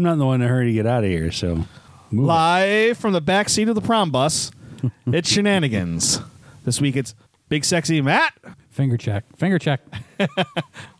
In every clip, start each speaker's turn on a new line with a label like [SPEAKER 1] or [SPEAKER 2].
[SPEAKER 1] not in the one in a hurry to get out of here, so move it.
[SPEAKER 2] Live from the back seat of the prom bus, it's Shenanigans. This week it's Big Sexy Matt,
[SPEAKER 3] Finger check. Finger check.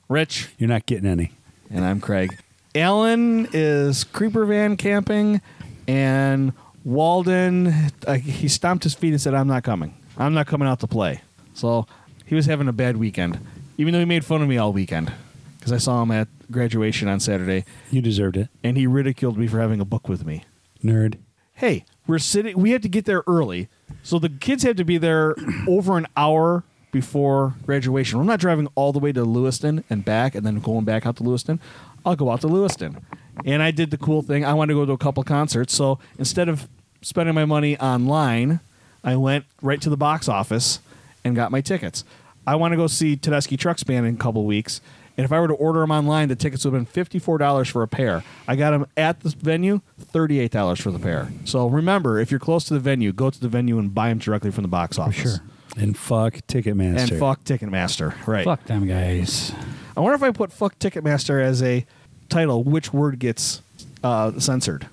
[SPEAKER 2] Rich,
[SPEAKER 1] You're not getting any.
[SPEAKER 2] and I'm Craig. Alan is creeper van camping, and Walden, uh, he stomped his feet and said, I'm not coming. I'm not coming out to play. So he was having a bad weekend, even though he made fun of me all weekend because I saw him at graduation on Saturday,
[SPEAKER 1] You deserved it,
[SPEAKER 2] and he ridiculed me for having a book with me.
[SPEAKER 1] nerd.
[SPEAKER 2] hey, we're sitting. We had to get there early, so the kids had to be there over an hour before graduation. We're not driving all the way to Lewiston and back, and then going back out to Lewiston. I'll go out to Lewiston, and I did the cool thing. I wanted to go to a couple concerts, so instead of spending my money online, I went right to the box office and got my tickets. I want to go see Tedeschi Trucks Band in a couple weeks. And if I were to order them online, the tickets would have been fifty-four dollars for a pair. I got them at the venue, thirty-eight dollars for the pair. So remember, if you're close to the venue, go to the venue and buy them directly from the box office.
[SPEAKER 3] sure.
[SPEAKER 1] And fuck Ticketmaster.
[SPEAKER 2] And fuck Ticketmaster, right?
[SPEAKER 3] Fuck them guys.
[SPEAKER 2] I wonder if I put "fuck Ticketmaster" as a title, which word gets uh, censored?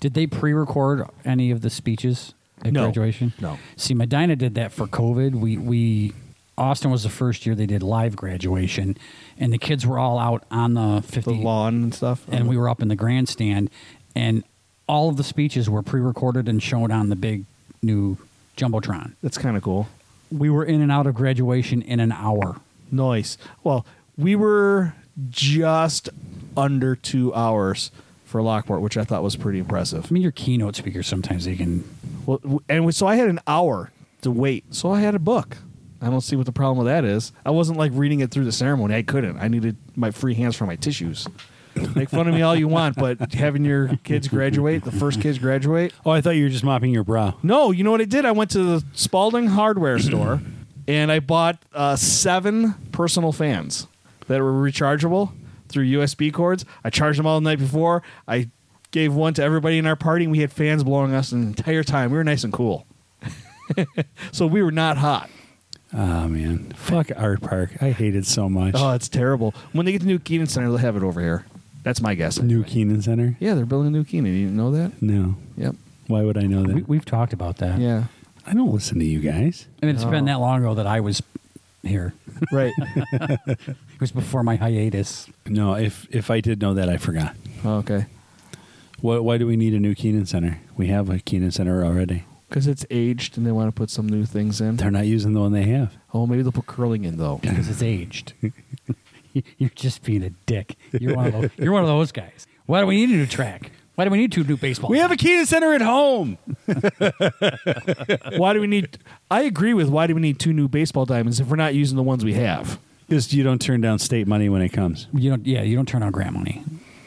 [SPEAKER 3] Did they pre-record any of the speeches at
[SPEAKER 2] No.
[SPEAKER 3] graduation?
[SPEAKER 2] No.
[SPEAKER 3] See, Medina did that for COVID. We we Austin was the first year they did live graduation, and the kids were all out on the
[SPEAKER 2] the
[SPEAKER 3] fifty
[SPEAKER 2] lawn and stuff. Um,
[SPEAKER 3] and we were up in the grandstand, and all of the speeches were pre-recorded and shown on the big new jumbotron.
[SPEAKER 2] That's kind of cool.
[SPEAKER 3] We were in and out of graduation in an hour.
[SPEAKER 2] Nice. Well, we were just under two hours for Lockport, which I thought was pretty impressive.
[SPEAKER 3] I mean, your keynote speakers sometimes they can.
[SPEAKER 2] Well, w- and we, so I had an hour to wait. So I had a book. I don't see what the problem with that is. I wasn't like reading it through the ceremony. I couldn't. I needed my free hands for my tissues. Make fun of me all you want, but having your kids graduate, the first kids graduate.
[SPEAKER 1] Oh, I thought you were just mopping your brow.
[SPEAKER 2] No, you know what I did? I went to the Spalding hardware store and I bought uh, seven personal fans that were rechargeable through USB cords. I charged them all the night before. I gave one to everybody in our party and we had fans blowing us the entire time. We were nice and cool. so we were not hot.
[SPEAKER 1] Oh man, fuck Art Park. I hate it so much.
[SPEAKER 2] Oh, it's terrible. When they get to New Keenan Center, they'll have it over here. That's my guess.
[SPEAKER 1] New
[SPEAKER 2] anyway.
[SPEAKER 1] Keenan Center.
[SPEAKER 2] Yeah, they're building a new Keenan. You didn't know that?
[SPEAKER 1] No,
[SPEAKER 2] Yep.
[SPEAKER 1] why would I know that?
[SPEAKER 3] We, we've talked about that.
[SPEAKER 2] Yeah.
[SPEAKER 1] I don't listen to you guys.
[SPEAKER 3] I mean, it's
[SPEAKER 2] Oh.
[SPEAKER 3] been that long ago that I was here.
[SPEAKER 2] Right.
[SPEAKER 3] It was before my hiatus.
[SPEAKER 1] No, if if I did know that, I forgot.
[SPEAKER 2] Oh, okay.
[SPEAKER 1] Why, why do we need a new Keenan Center? We have a Keenan Center already.
[SPEAKER 2] Because it's aged and they want to put some new things in.
[SPEAKER 1] They're not using the one they have.
[SPEAKER 2] Oh, maybe they'll put curling in though.
[SPEAKER 3] because it's aged. you're just being a dick. You're one of those. You're one of those guys. Why do we need a new track? Why do we need two new baseball?
[SPEAKER 1] We have a
[SPEAKER 3] teams?
[SPEAKER 1] Keenan Center at home.
[SPEAKER 2] why do we need? I agree with why do we need two new baseball diamonds if we're not using the ones we have?
[SPEAKER 1] Just you don't turn down state money when it comes.
[SPEAKER 3] You don't. Yeah, you don't turn on grant money.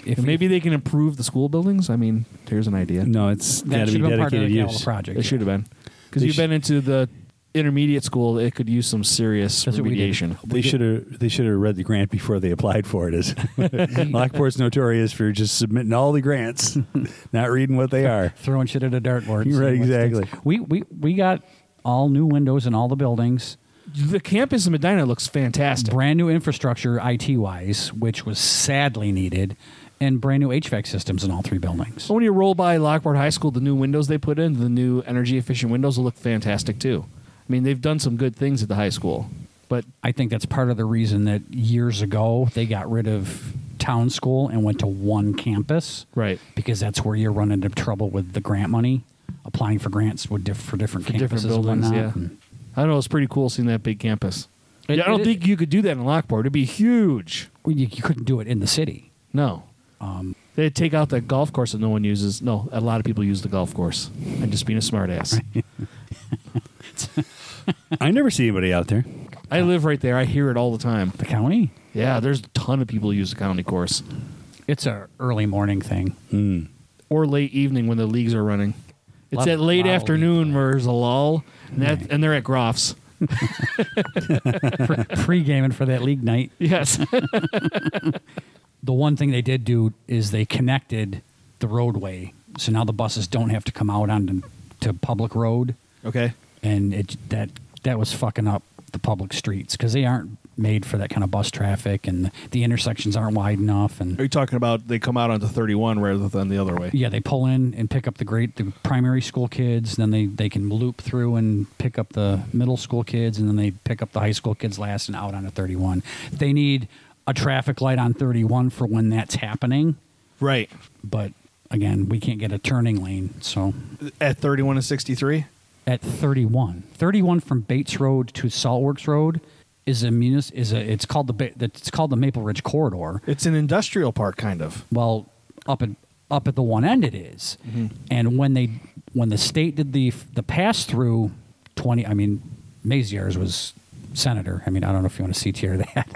[SPEAKER 3] If
[SPEAKER 2] And maybe they can improve the school buildings. I mean, here's an idea.
[SPEAKER 1] No, it's got
[SPEAKER 3] that
[SPEAKER 1] to
[SPEAKER 3] should
[SPEAKER 1] be
[SPEAKER 3] have been part of
[SPEAKER 1] dedicated
[SPEAKER 3] the capital
[SPEAKER 1] use.
[SPEAKER 3] project.
[SPEAKER 2] it should have been because
[SPEAKER 1] They
[SPEAKER 2] you've
[SPEAKER 1] sh-
[SPEAKER 2] been into the intermediate school. It could use some serious
[SPEAKER 3] That's what we did.
[SPEAKER 2] remediation.
[SPEAKER 1] They should have they should have read the grant before they applied for it. Is Lockport's notorious for just submitting all the grants, not reading what they are.
[SPEAKER 3] throwing shit at a dartboard. and
[SPEAKER 1] Right,
[SPEAKER 3] seeing what sticks.
[SPEAKER 1] exactly.
[SPEAKER 3] We we we got all new windows in all the buildings,
[SPEAKER 2] The campus in Medina looks fantastic.
[SPEAKER 3] brand new infrastructure IT wise, which was sadly needed, and brand new HVAC systems in all three buildings.
[SPEAKER 2] So when you roll by Lockport High School, the new windows they put in, the new energy efficient windows will look fantastic too. I mean, they've done some good things at the high school, but
[SPEAKER 3] I think that's part of the reason that years ago they got rid of town school and went to one campus.
[SPEAKER 2] Right.
[SPEAKER 3] Because that's where you run into trouble with the grant money, applying for grants with diff- for different campuses
[SPEAKER 2] different
[SPEAKER 3] and
[SPEAKER 2] buildings.
[SPEAKER 3] whatnot.
[SPEAKER 2] Yeah,
[SPEAKER 3] And
[SPEAKER 2] I don't know. It's pretty cool seeing that big campus.
[SPEAKER 3] It-
[SPEAKER 2] yeah, I don't
[SPEAKER 3] it-
[SPEAKER 2] think you could do that in Lockport. It'd be huge.
[SPEAKER 3] well, you, you couldn't do it in the city.
[SPEAKER 2] No, they'd take out that golf course that no one uses. No, a lot of people use the golf course. I'm just being a smartass.
[SPEAKER 1] I never see anybody out there.
[SPEAKER 2] I live right there. I hear it all the time.
[SPEAKER 3] The county?
[SPEAKER 2] Yeah, there's a ton of people who use the county course
[SPEAKER 3] It's a early morning thing.
[SPEAKER 2] or late evening when the leagues are running. It's
[SPEAKER 3] Lot-
[SPEAKER 2] that late
[SPEAKER 3] lot of
[SPEAKER 2] afternoon
[SPEAKER 3] league.
[SPEAKER 2] where there's a lull, and that and they're at Groff's.
[SPEAKER 3] Pre gaming for that league night.
[SPEAKER 2] Yes,
[SPEAKER 3] The one thing they did do is they connected the roadway. So now the buses don't have to come out onto to public road.
[SPEAKER 2] okay.
[SPEAKER 3] and it that that was fucking up the public streets because they aren't made for that kind of bus traffic, and the intersections aren't wide enough. And
[SPEAKER 2] Are you talking about they come out onto 31 rather than the other way?
[SPEAKER 3] yeah, they pull in and pick up the great the primary school kids, then they they can loop through and pick up the middle school kids, and then they pick up the high school kids last and out onto 31. They need a traffic light on 31 for when that's happening,
[SPEAKER 2] Right.
[SPEAKER 3] but again, we can't get a turning lane, so
[SPEAKER 2] At 31 and 63?
[SPEAKER 3] at 31. 31 from Bates Road to Saltworks Road is a munis is a it's called the Ba- it's called the Maple Ridge corridor.
[SPEAKER 2] It's an industrial park, kind of.
[SPEAKER 3] Well, up at up at the one end it is.
[SPEAKER 2] Mm-hmm.
[SPEAKER 3] And when they when the state did the the pass through 20 I mean Maziar's was senator. I mean, I don't know if you want to CTR that.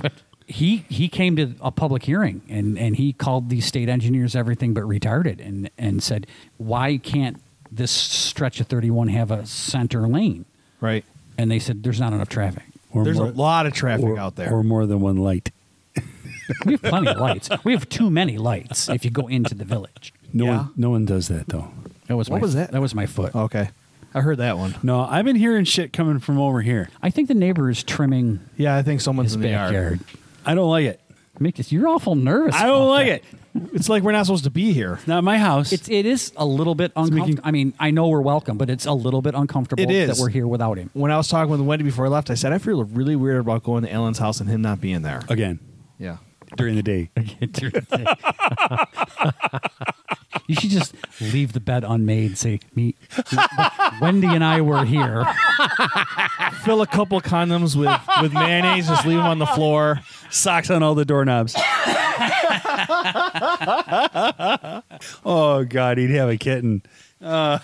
[SPEAKER 3] but he he came to a public hearing and and he called the state engineers everything but retarded and and said, "Why can't this stretch of 31 have a center lane?"
[SPEAKER 2] Right.
[SPEAKER 3] and they said there's not enough traffic.
[SPEAKER 1] Or
[SPEAKER 2] There's
[SPEAKER 1] more-
[SPEAKER 2] a lot of traffic
[SPEAKER 1] or-
[SPEAKER 2] out there.
[SPEAKER 1] or more than one light.
[SPEAKER 3] We have plenty of lights. We have too many lights if you go into the village.
[SPEAKER 1] No
[SPEAKER 2] Yeah.
[SPEAKER 1] one, no one does that though.
[SPEAKER 3] That was
[SPEAKER 2] What
[SPEAKER 3] my,
[SPEAKER 2] was that? Oh,
[SPEAKER 3] That was my foot.
[SPEAKER 2] okay. I heard that one.
[SPEAKER 1] No, I've been hearing shit coming from over here.
[SPEAKER 3] I think the neighbor is trimming
[SPEAKER 2] Yeah, I think someone's
[SPEAKER 3] his
[SPEAKER 2] in the yard.
[SPEAKER 3] backyard.
[SPEAKER 1] I don't like it.
[SPEAKER 3] Make this. You're awful nervous.
[SPEAKER 1] I don't
[SPEAKER 3] about
[SPEAKER 1] like
[SPEAKER 3] that.
[SPEAKER 1] it.
[SPEAKER 2] It's like we're not supposed to be here.
[SPEAKER 1] Not my house.
[SPEAKER 3] It's it is a little bit uncomfortable. I mean, I know we're welcome, but it's a little bit uncomfortable
[SPEAKER 2] It is.
[SPEAKER 3] that we're here without him.
[SPEAKER 2] When I was talking with Wendy before I left, I said I feel really weird about going to Ellen's house and him not being there.
[SPEAKER 1] again
[SPEAKER 2] Yeah.
[SPEAKER 1] during the day.
[SPEAKER 3] you should just leave the bed unmade. Say, me, Wendy and I were here.
[SPEAKER 2] Fill a couple condoms with with mayonnaise, just leave them on the floor.
[SPEAKER 1] Socks on all the doorknobs. oh God, he'd have a kitten. Uh,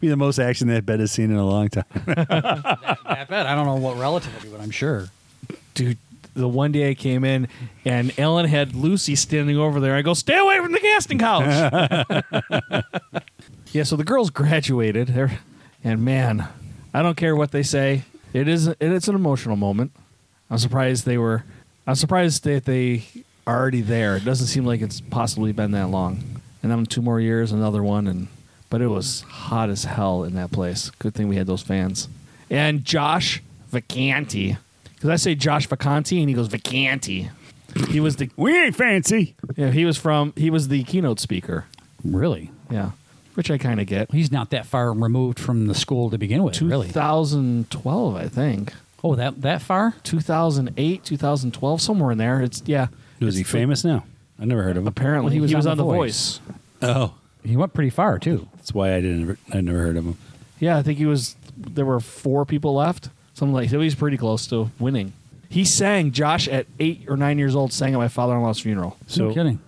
[SPEAKER 1] be the most action that bed has seen in a long time.
[SPEAKER 3] I bet. I don't know what relative would be, but I'm sure.
[SPEAKER 2] dude, the one day I came in and Ellen had Lucy standing over there. I go, stay away from the casting couch. yeah, so the girls graduated, They're- and man, I don't care what they say. It is it- it's an emotional moment. I'm surprised they were. I'm surprised that they are already there. It doesn't seem like it's possibly been that long. And then two more years, another one, and but it was hot as hell in that place. Good thing we had those fans. And Josh Vacanti, because I say Josh Vacanti, and he goes Vacanti. He was the
[SPEAKER 1] We ain't fancy.
[SPEAKER 2] yeah, he was from he was the keynote speaker.
[SPEAKER 3] Really?
[SPEAKER 2] Yeah, which I kind of get.
[SPEAKER 3] He's not that far removed from the school to begin with, really.
[SPEAKER 2] 2012, I think.
[SPEAKER 3] Oh, that that far?
[SPEAKER 2] 2008, 2012, somewhere in there. It's yeah.
[SPEAKER 1] Was he
[SPEAKER 2] It's-
[SPEAKER 1] famous now? I never heard of him.
[SPEAKER 2] Apparently,
[SPEAKER 3] Well,
[SPEAKER 2] he was, on, the voice.
[SPEAKER 1] Oh,
[SPEAKER 3] He went pretty far too.
[SPEAKER 1] that's why I didn't. I never heard of him.
[SPEAKER 2] Yeah, I think he was. There were four people left. Something like so he's pretty close to winning. He sang Josh at eight or nine years old. Sang at my father-in-law's funeral.
[SPEAKER 1] So
[SPEAKER 3] no kidding.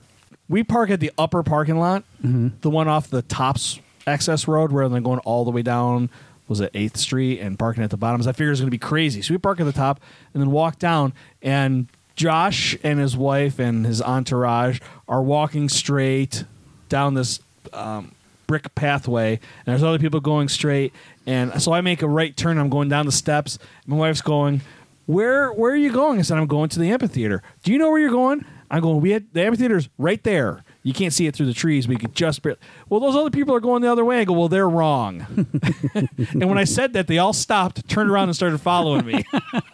[SPEAKER 2] We park at the upper parking lot, the one off the tops access road, rather than going all the way down. Was it Eighth Street and parking at the bottoms? I figured it was going to be crazy, so we park at the top and then walk down. And Josh and his wife and his entourage are walking straight down this um, brick pathway, and there's other people going straight. And so I make a right turn. I'm going down the steps. My wife's going, "Where where are you going?" I said, "I'm going to the amphitheater." Do you know where you're going? I'm going. We had the amphitheater's right there. You can't see it through the trees, but you could just. Barely. Well, those other people are going the other way. I go. Well, they're wrong. and when I said that, they all stopped, turned around, and started following me.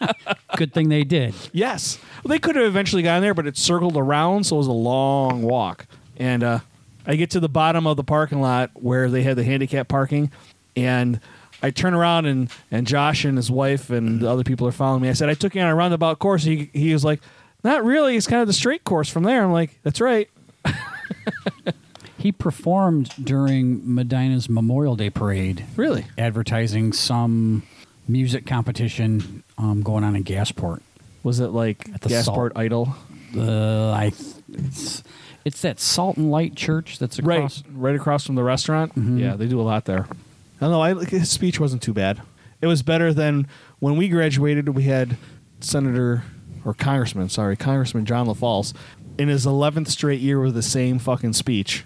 [SPEAKER 3] Good thing they did.
[SPEAKER 2] Yes. Well, they could have eventually gotten there, but it circled around, so it was a long walk. And uh, I get to the bottom of the parking lot where they had the handicap parking, and I turn around and, and Josh and his wife and the other people are following me. I said, I took you on a roundabout course. He, he was like, Not really. It's kind of the straight course from there. I'm like, That's right.
[SPEAKER 3] He performed during Medina's Memorial Day parade,
[SPEAKER 2] Really?
[SPEAKER 3] advertising some music competition um, going on in Gasport.
[SPEAKER 2] Was it like
[SPEAKER 3] At the
[SPEAKER 2] Gasport
[SPEAKER 3] salt.
[SPEAKER 2] Idol?
[SPEAKER 3] Uh, I, it's, it's that Salt and Light Church that's across.
[SPEAKER 2] Right, right across from the restaurant. Yeah, they do a lot there. I don't know. I, his speech wasn't too bad. It was better than when we graduated. We had Senator or Congressman, sorry, Congressman John LaFalce in his eleventh straight year with the same fucking speech.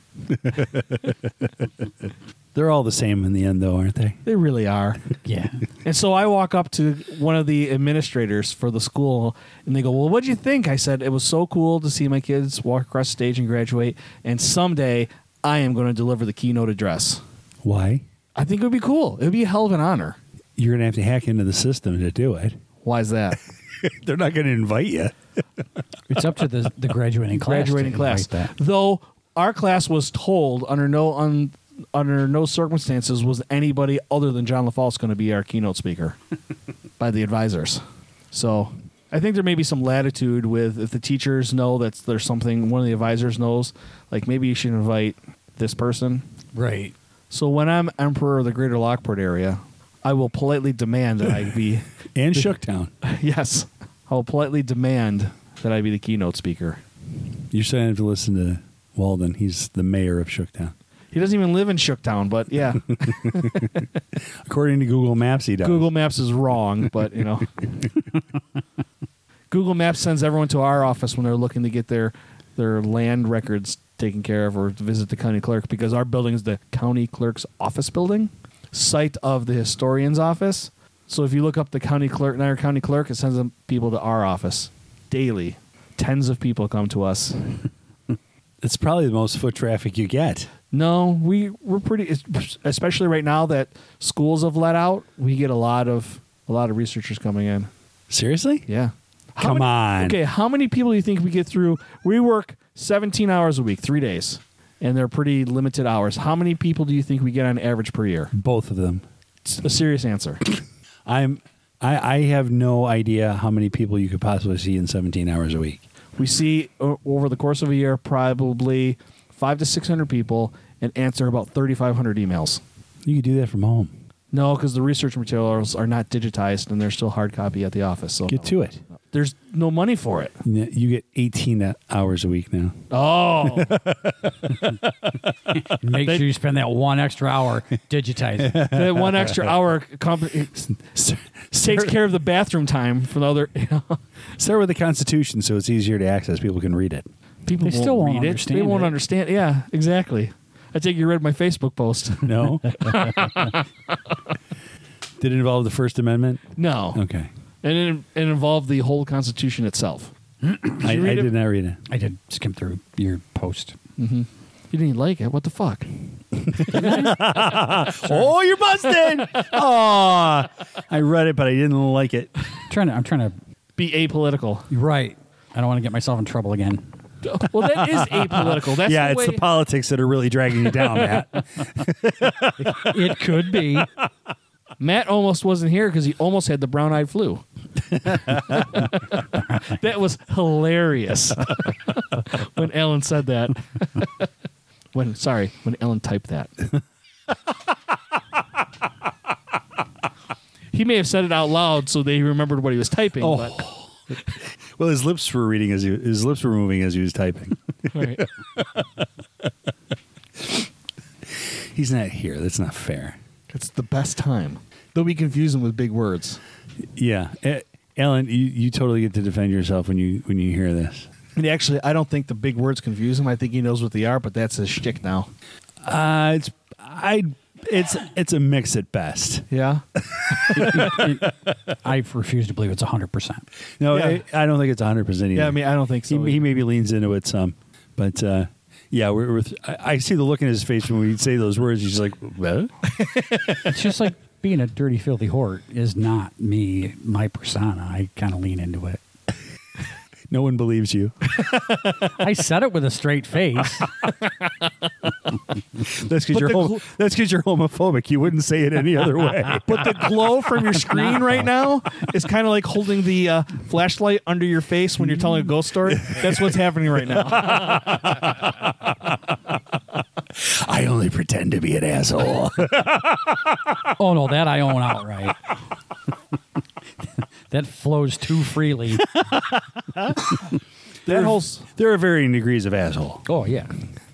[SPEAKER 1] they're all the same in the end, though, aren't they?
[SPEAKER 2] They really are.
[SPEAKER 3] Yeah.
[SPEAKER 2] And so I walk up to one of the administrators for the school, and they go, "Well, what'd you think?" I said, "It was so cool to see my kids walk across stage and graduate, and someday I am going to deliver the keynote address."
[SPEAKER 1] Why?
[SPEAKER 2] I think it would be cool. It would be a hell of an honor.
[SPEAKER 1] You're gonna have to hack into the system to do it.
[SPEAKER 2] Why is that?
[SPEAKER 1] They're not going to invite you.
[SPEAKER 3] It's up to the, the graduating class. to
[SPEAKER 2] graduating class.
[SPEAKER 3] invite That.
[SPEAKER 2] Though our class was told under no un, under no circumstances was anybody other than John LaFalce going to be our keynote speaker by the advisors. So I think there may be some latitude with if the teachers know that there's something one of the advisors knows, like maybe you should invite this person.
[SPEAKER 3] Right.
[SPEAKER 2] So when I'm emperor of the greater Lockport area, I will politely demand that I be
[SPEAKER 1] And Shooktown.
[SPEAKER 2] yes, I will politely demand that I be the keynote speaker.
[SPEAKER 1] You're saying I have to listen to Walden. He's the mayor of Shooktown.
[SPEAKER 2] He doesn't even live in Shooktown, but yeah.
[SPEAKER 1] According to Google Maps, he does.
[SPEAKER 2] Google Maps is wrong, but you know. Google Maps sends everyone to our office when they're looking to get their their land records taken care of or to visit the county clerk because our building is the county clerk's office building, site of the historian's office. So if you look up the county clerk, Niagara County Clerk, it sends them people to our office daily. Tens of people come to us.
[SPEAKER 1] It's probably the most foot traffic you get.
[SPEAKER 2] No, we we're pretty, especially right now that schools have let out. We get a lot of a lot of researchers coming in.
[SPEAKER 1] Seriously?
[SPEAKER 2] Yeah. How
[SPEAKER 1] Come
[SPEAKER 2] many-
[SPEAKER 1] on.
[SPEAKER 2] Okay, how many people do you think we get through? We work 17 hours a week, three days, and they're pretty limited hours. How many people do you think we get on average per year?
[SPEAKER 1] Both of them.
[SPEAKER 2] It's a serious answer.
[SPEAKER 1] I'm. I, I have no idea how many people you could possibly see in 17 hours a week.
[SPEAKER 2] We see o- over the course of a year probably five to 600 people and answer about 3,500 emails.
[SPEAKER 1] You could do that from home.
[SPEAKER 2] No, because the research materials are not digitized and they're still hard copy at the office. So
[SPEAKER 1] Get to it.
[SPEAKER 2] There's no money for it.
[SPEAKER 1] N- You get 18 hours a week now.
[SPEAKER 2] Oh,
[SPEAKER 3] Make sure you spend that one extra hour digitizing.
[SPEAKER 2] that one extra hour comp-
[SPEAKER 1] Start,
[SPEAKER 2] takes care of the bathroom time for the other.
[SPEAKER 1] start with the Constitution so it's easier to access. People can read it.
[SPEAKER 2] People
[SPEAKER 3] They still won't
[SPEAKER 2] read
[SPEAKER 3] understand
[SPEAKER 2] It. They won't
[SPEAKER 3] it.
[SPEAKER 2] understand. Yeah, exactly. I think you read my Facebook post.
[SPEAKER 1] No? Did it involve the First Amendment?
[SPEAKER 2] no,
[SPEAKER 1] Okay.
[SPEAKER 2] and it, it involved the whole Constitution itself.
[SPEAKER 1] I, I
[SPEAKER 2] read it?
[SPEAKER 1] did not read it.
[SPEAKER 3] I did skim through your post.
[SPEAKER 2] You didn't like it. What the fuck?
[SPEAKER 1] Oh, you're busted! oh, I read it, but I didn't like it.
[SPEAKER 3] trying to, I'm trying to.
[SPEAKER 2] Be apolitical.
[SPEAKER 3] You're right. I don't want to get myself in trouble again.
[SPEAKER 2] Well, that is apolitical. That's
[SPEAKER 1] yeah,
[SPEAKER 2] the
[SPEAKER 1] it's
[SPEAKER 2] way,
[SPEAKER 1] the politics that are really dragging you down, Matt.
[SPEAKER 3] It could be.
[SPEAKER 2] Matt almost wasn't here because he almost had the brown-eyed flu. that was hilarious when Ellen said that. when sorry, when Ellen typed that. he may have said it out loud so they remembered what he was typing. But,
[SPEAKER 1] well, his lips were reading as he, his lips were moving as he was typing.
[SPEAKER 2] all right.
[SPEAKER 1] He's not here. That's not fair.
[SPEAKER 2] It's the best time. Though we confuse him with big words.
[SPEAKER 1] Yeah, Eh, Ellen, you, you totally get to defend yourself when you when you hear this.
[SPEAKER 2] And actually, I don't think the big words confuse him. I think he knows what they are, but that's his shtick now.
[SPEAKER 1] Uh, it's I it's it's a mix at best.
[SPEAKER 2] Yeah.
[SPEAKER 3] I refuse to believe it's 100%.
[SPEAKER 1] No,
[SPEAKER 2] Yeah.
[SPEAKER 1] I, I don't think it's hundred percent either.
[SPEAKER 2] Yeah, I mean, I don't think so.
[SPEAKER 1] he, he maybe leans into it some, but uh, yeah, we're, we're I, I see the look in his face when we say those words. He's like, well,
[SPEAKER 3] It's just like being a dirty, filthy whore is not me, my persona. I kind of lean into it.
[SPEAKER 1] no one believes you.
[SPEAKER 3] I said it with a straight face.
[SPEAKER 1] That's because you're
[SPEAKER 2] the
[SPEAKER 1] hom-
[SPEAKER 2] gl-
[SPEAKER 1] that's because you're homophobic. You wouldn't say it any other way.
[SPEAKER 2] But the glow from your screen right now is kind of like holding the uh, flashlight under your face when you're telling a ghost story. That's what's happening right now.
[SPEAKER 1] I only pretend to be an asshole.
[SPEAKER 3] oh, no, that I own outright. that flows too freely.
[SPEAKER 2] That whole
[SPEAKER 1] there are varying degrees of asshole.
[SPEAKER 3] Oh, yeah.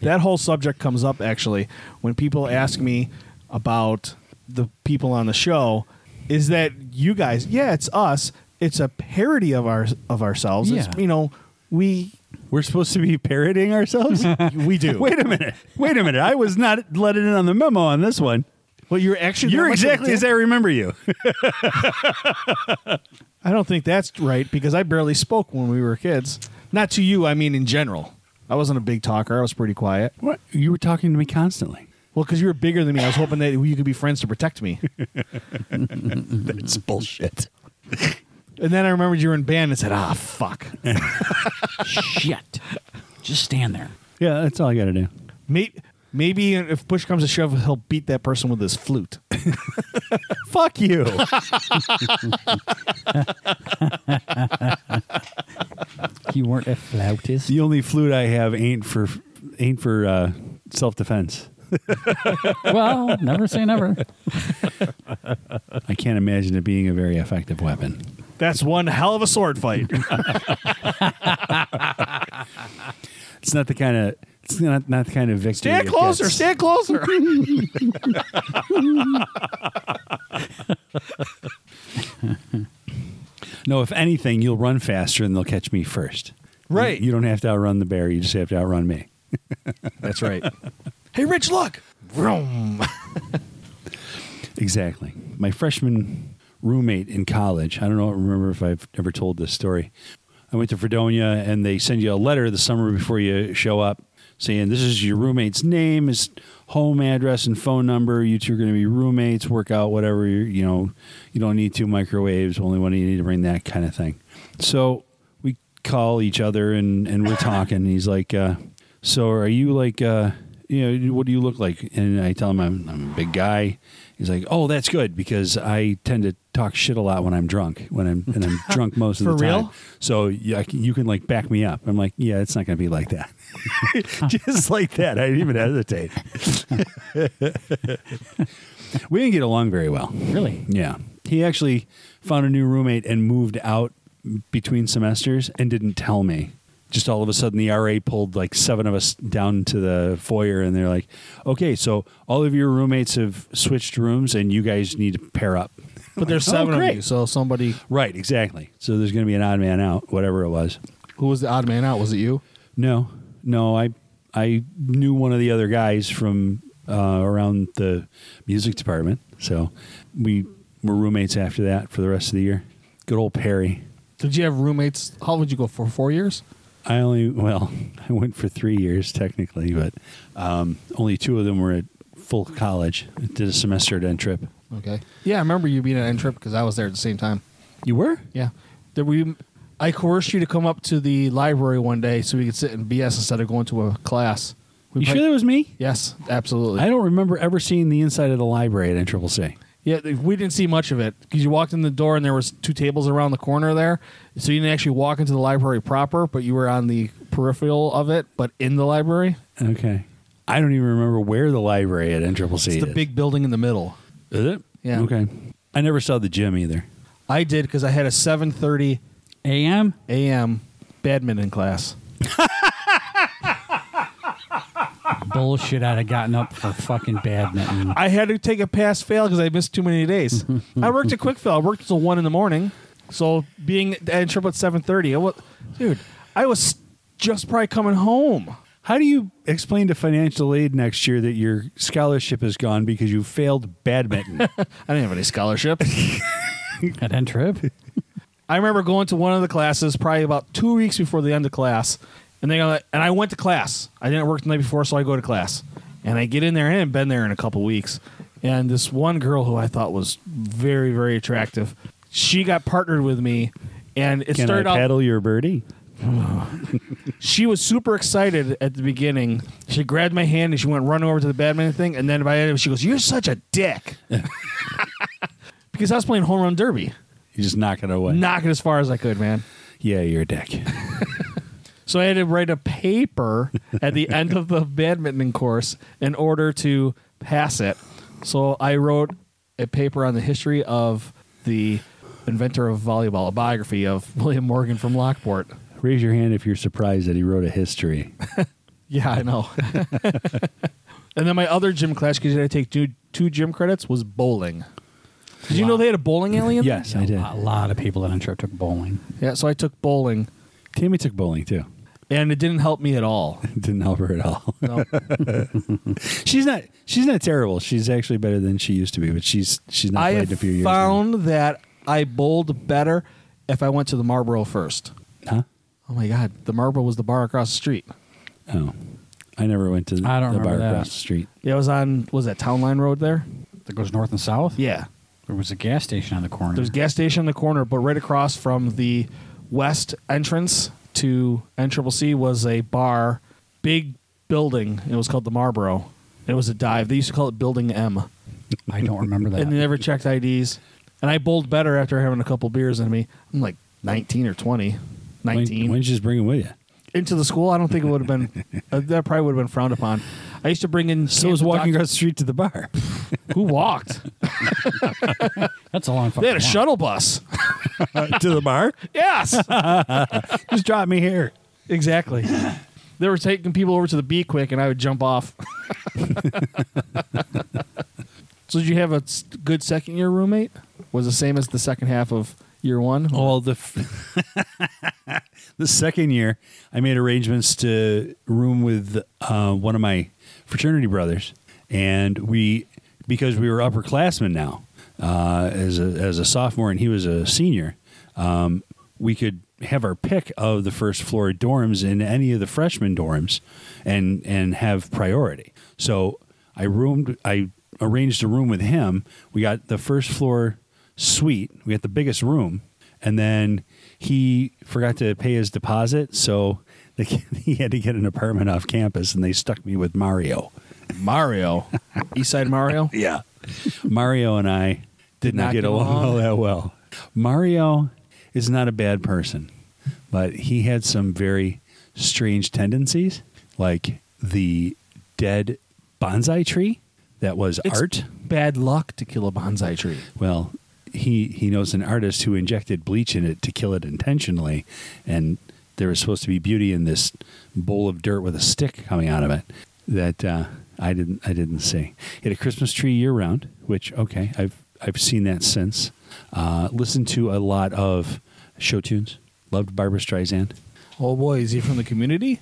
[SPEAKER 2] that whole subject comes up actually when people ask me about the people on the show. Is that you guys? Yeah, it's us. It's a parody of our of ourselves. It's,
[SPEAKER 3] Yeah.
[SPEAKER 2] you know, we
[SPEAKER 1] We're supposed to be parroting ourselves.
[SPEAKER 2] we do.
[SPEAKER 1] Wait a minute. Wait a minute. I was not let in on the memo on this one.
[SPEAKER 2] well, you're actually
[SPEAKER 1] You're
[SPEAKER 2] that much of a
[SPEAKER 1] exactly as I remember you.
[SPEAKER 2] I don't think that's right because I barely spoke when we were kids. Not to you, I mean in general. I wasn't a big talker. I was pretty quiet.
[SPEAKER 1] What? You were talking to me constantly.
[SPEAKER 2] Well, because you were bigger than me, I was hoping that you could be friends to protect me.
[SPEAKER 1] That's bullshit.
[SPEAKER 2] And then I remembered you were in band and said, ah, fuck.
[SPEAKER 3] Shit. Just stand there.
[SPEAKER 1] Yeah, that's all I got to do.
[SPEAKER 2] maybe, maybe if push comes to shove, he'll beat that person with his flute. fuck you.
[SPEAKER 3] You weren't a flautist.
[SPEAKER 1] The only flute I have ain't for ain't for uh, self defense.
[SPEAKER 3] well, never say never.
[SPEAKER 1] I can't imagine it being a very effective weapon.
[SPEAKER 2] That's one hell of a sword fight.
[SPEAKER 1] It's not the kind of it's not not the kind of victory.
[SPEAKER 2] Stand
[SPEAKER 1] that
[SPEAKER 2] closer.
[SPEAKER 1] gets-
[SPEAKER 2] Stand closer.
[SPEAKER 1] No, if anything, you'll run faster and they'll catch me first.
[SPEAKER 2] Right.
[SPEAKER 1] You, you don't have to outrun the bear. You just have to outrun me.
[SPEAKER 2] That's right. hey, Rich, look. Vroom.
[SPEAKER 1] Exactly. My freshman roommate in college, I don't know, remember if I've ever told this story. I went to Fredonia and they send you a letter the summer before you show up saying, This is your roommate's name, his home address, and phone number. You two are going to be roommates, work out whatever you you know, you don't need two microwaves, only one you need to bring, that kind of thing. So we call each other and, and we're talking. and he's like, uh, So are you like, uh, you know, what do you look like? And I tell him I'm, I'm a big guy. He's like, Oh, that's good because I tend to talk shit a lot when I'm drunk, when I'm, and I'm drunk most of
[SPEAKER 2] For
[SPEAKER 1] the time.
[SPEAKER 2] real?
[SPEAKER 1] So yeah, I can- you can like back me up. I'm like, Yeah, it's not going to be like that. Just like that. I didn't even hesitate. we didn't get along very well.
[SPEAKER 3] Really?
[SPEAKER 1] Yeah. He actually found a new roommate and moved out between semesters and didn't tell me. Just all of a sudden, the RA pulled like seven of us down to the foyer and they're like, okay, so all of your roommates have switched rooms and you guys need to pair up.
[SPEAKER 2] But there's
[SPEAKER 1] Oh,
[SPEAKER 2] seven of
[SPEAKER 1] great.
[SPEAKER 2] you, so somebody
[SPEAKER 1] Right, exactly. So there's going to be an odd man out, whatever it was.
[SPEAKER 2] who was the odd man out. Was it you?
[SPEAKER 1] No, no, I I knew one of the other guys from uh, around the music department, so we were roommates after that for the rest of the year. Good old Perry.
[SPEAKER 2] Did you have roommates? How long did you go for? Four years?
[SPEAKER 1] I only well, I went for three years technically, but um, only two of them were at full college. I did a semester at N trip.
[SPEAKER 2] Okay. Yeah, I remember you being at N trip because I was there at the same time.
[SPEAKER 1] You were?
[SPEAKER 2] Yeah. There we I coerced you to come up to the library one day so we could sit in BS instead of going to a class. We
[SPEAKER 1] You
[SPEAKER 2] played-
[SPEAKER 1] sure that was me?
[SPEAKER 2] Yes, absolutely.
[SPEAKER 1] I don't remember ever seeing the inside of the library at N triple C.
[SPEAKER 2] yeah, th- we didn't see much of it because you walked in the door and there was two tables around the corner there, so you didn't actually walk into the library proper, but you were on the peripheral of it, but in the library.
[SPEAKER 1] Okay. I don't even remember where the library at N triple C
[SPEAKER 2] It's
[SPEAKER 1] is.
[SPEAKER 2] the big building in the middle.
[SPEAKER 1] Is it?
[SPEAKER 2] Yeah.
[SPEAKER 1] Okay. I never saw the gym either.
[SPEAKER 2] I did because I had a 7:30
[SPEAKER 3] AM?
[SPEAKER 2] a.m. badminton class.
[SPEAKER 3] Bullshit. I'd have gotten up for fucking badminton.
[SPEAKER 2] I had to take a pass fail because I missed too many days. I worked at Quick Fill. I worked until one in the morning. So being at trip at seven thirty, I was, dude, I was just probably coming home.
[SPEAKER 1] How do you explain to financial aid next year that your scholarship is gone because you failed badminton?
[SPEAKER 2] I didn't have any scholarship.
[SPEAKER 3] At N Trip?
[SPEAKER 2] I remember going to one of the classes probably about two weeks before the end of class, and they go like- and I went to class. I didn't work the night before, so I go to class, and I get in there. and I hadn't been there in a couple weeks, and this one girl who I thought was very very attractive, she got partnered with me, and it
[SPEAKER 1] Can I
[SPEAKER 2] started out.
[SPEAKER 1] paddle your birdie?
[SPEAKER 2] she was super excited at the beginning. She grabbed my hand and she went running over to the badminton thing. And then by the end of it, she goes, "You're such a dick," because I was playing home run derby,
[SPEAKER 1] You just knock it away.
[SPEAKER 2] knocking as far as I could, man.
[SPEAKER 1] Yeah, you're a dick.
[SPEAKER 2] So I had to write a paper at the end of the badminton course in order to pass it. So I wrote a paper on the history of the inventor of volleyball, a biography of William Morgan from Lockport.
[SPEAKER 1] Raise your hand if you're surprised that he wrote a history.
[SPEAKER 2] Yeah, I know. and then my other gym class, because I take two, two gym credits, was bowling. Did you know they had a bowling alley? In there?
[SPEAKER 1] yes, I did.
[SPEAKER 3] A lot of people at N Trip took bowling.
[SPEAKER 2] Yeah, so I took bowling,
[SPEAKER 1] Tammy took bowling too.
[SPEAKER 2] and it didn't help me at all.
[SPEAKER 1] Didn't help her at all.
[SPEAKER 2] No.
[SPEAKER 1] she's not. She's not terrible. She's actually better than she used to be, but she's she's not
[SPEAKER 2] I
[SPEAKER 1] played in a
[SPEAKER 2] have
[SPEAKER 1] few years. now.
[SPEAKER 2] found that I bowled better if I went to the Marlboro first.
[SPEAKER 1] Huh?
[SPEAKER 2] Oh my God, the Marlboro was the bar across the street.
[SPEAKER 1] Oh, I never went to
[SPEAKER 3] I don't
[SPEAKER 1] the
[SPEAKER 3] remember
[SPEAKER 1] bar
[SPEAKER 3] that.
[SPEAKER 1] across the street.
[SPEAKER 2] Yeah, it was on was that Town Line Road there?
[SPEAKER 3] That goes north and south?
[SPEAKER 2] Yeah,
[SPEAKER 3] There was a gas station on the corner.
[SPEAKER 2] There's a gas station in the corner, but right across from the west entrance to NCCC was a bar, big building. It was called the Marlboro. It was a dive. They used to call it Building M.
[SPEAKER 3] I don't remember that.
[SPEAKER 2] And they never checked IDs. And I bowled better after having a couple beers in me. I'm like 19 or 20.
[SPEAKER 1] When-
[SPEAKER 2] 19
[SPEAKER 1] When did you just bring them with you?
[SPEAKER 2] into the school. I don't think it would have been uh, that probably would have been frowned upon. I used to bring in
[SPEAKER 1] So was
[SPEAKER 2] Camp
[SPEAKER 1] walking
[SPEAKER 2] Doc-
[SPEAKER 1] across the street to the bar.
[SPEAKER 2] who walked.
[SPEAKER 3] That's a long.
[SPEAKER 2] They had a
[SPEAKER 3] fucking walk.
[SPEAKER 2] shuttle bus.
[SPEAKER 1] Uh, to the bar?
[SPEAKER 2] Yes.
[SPEAKER 1] Just drop me here.
[SPEAKER 2] Exactly. they were taking people over to the B quick, and I would jump off. so did you have a s- good second year roommate? Was the same as the second half of year one.
[SPEAKER 1] Well, the f- the second year, I made arrangements to room with uh, one of my fraternity brothers, and we because we were upperclassmen now uh, as a, as a sophomore, and he was a senior. Um, we could have our pick of the first floor dorms in any of the freshman dorms, and and have priority. So I roomed. I arranged a room with him. We got the first floor suite. We got the biggest room, and then he forgot to pay his deposit, so they, he had to get an apartment off campus, and they stuck me with Mario.
[SPEAKER 2] Mario, Eastside Mario.
[SPEAKER 1] Yeah, Mario and I did not,
[SPEAKER 2] not
[SPEAKER 1] get
[SPEAKER 2] get
[SPEAKER 1] along
[SPEAKER 2] along.
[SPEAKER 1] all that well. Mario is not a bad person, but he had some very strange tendencies, like the dead bonsai tree that was
[SPEAKER 2] It's
[SPEAKER 1] art.
[SPEAKER 2] Bad luck to kill a bonsai tree.
[SPEAKER 1] Well, he he knows an artist who injected bleach in it to kill it intentionally, and there was supposed to be beauty in this bowl of dirt with a stick coming out of it that uh, I didn't I didn't see. He had a Christmas tree year round, which okay, I've I've seen that since. Uh, listened to a lot of show tunes. Loved Barbara Streisand.
[SPEAKER 2] Oh boy, is he from the community?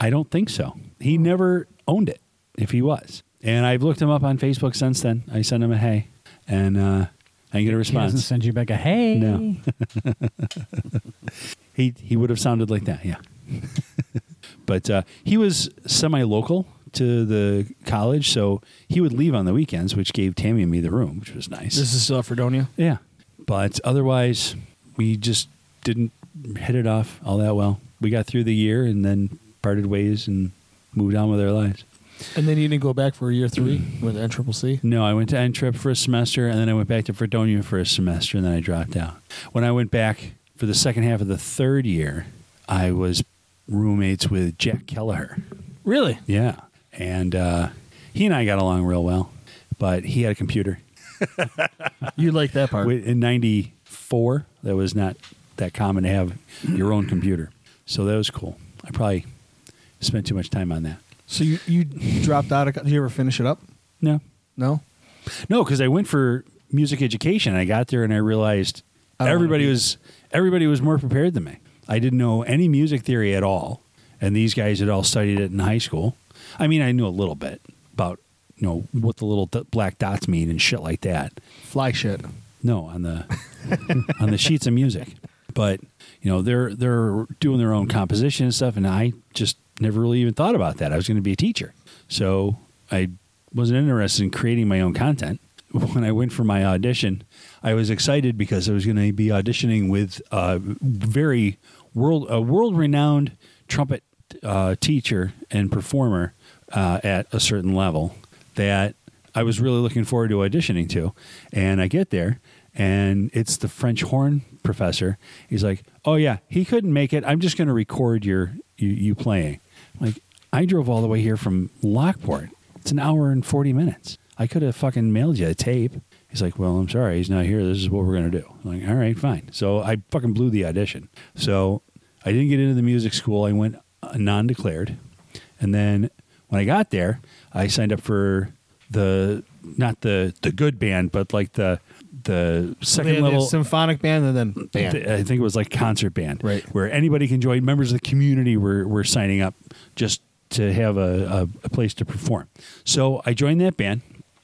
[SPEAKER 1] I don't think so. He never owned it, if he was. And I've looked him up on Facebook since then. I sent him a hey, and uh, I didn't get a
[SPEAKER 3] He doesn't
[SPEAKER 1] response.
[SPEAKER 3] send you back a hey.
[SPEAKER 1] No. He he would have sounded like that, yeah. but uh, he was semi-local to the college, so he would leave on the weekends, which gave Tammy and me the room, which was nice.
[SPEAKER 2] This is still Fredonia.
[SPEAKER 1] yeah, but otherwise, we just didn't hit it off all that well. We got through the year and then parted ways and moved on with our lives.
[SPEAKER 2] And then you didn't go back for year three with NCCC.
[SPEAKER 1] No, I went to N Trip for a semester, and then I went back to Fredonia for a semester, and then I dropped out. When I went back for the second half of the third year, I was roommates with Jack Kelleher.
[SPEAKER 2] Really?
[SPEAKER 1] Yeah, and uh, he and I got along real well, but he had a computer
[SPEAKER 2] You like that part?
[SPEAKER 1] Wait, in '94. That was not that common to have your own computer, so that was cool. I probably spent too much time on that.
[SPEAKER 2] So you, you dropped out of. co- Did you ever finish it up?
[SPEAKER 1] No,
[SPEAKER 2] No.
[SPEAKER 1] No, because I went for music education. I got there and I realized
[SPEAKER 2] I don't wanna
[SPEAKER 1] everybody
[SPEAKER 2] be-
[SPEAKER 1] was everybody was more prepared than me. I didn't know any music theory at all, and these guys had all studied it in high school. I mean, I knew a little bit about you know what the little d- black dots mean and shit like that.
[SPEAKER 2] Fly shit.
[SPEAKER 1] No, on the on the sheets of music, but you know they're they're doing their own composition and stuff, and I just never really even thought about that. I was going to be a teacher, so I wasn't interested in creating my own content. When I went for my audition, I was excited because I was going to be auditioning with a very world a world renowned trumpet uh, teacher and performer uh, at a certain level that I was really looking forward to auditioning to. And I get there, and it's the French horn professor. He's like, "Oh yeah, he couldn't make it. I'm just going to record your you, you playing." I'm like, I drove all the way here from Lockport. It's an hour and forty minutes. I could have fucking mailed you a tape. He's like, "Well, I'm sorry, he's not here. This is what we're going to do." I'm like, "All right, fine." So I fucking blew the audition. So I didn't get into the music school. I went uh, non-declared, and then when I got there, I signed up for the not the the good band, but like the the second level
[SPEAKER 2] symphonic band and then band.
[SPEAKER 1] th- I think it was like concert band,
[SPEAKER 2] Right.
[SPEAKER 1] Where anybody can join. Members of the community were were signing up just to have a, a, a place to perform. So I joined that band,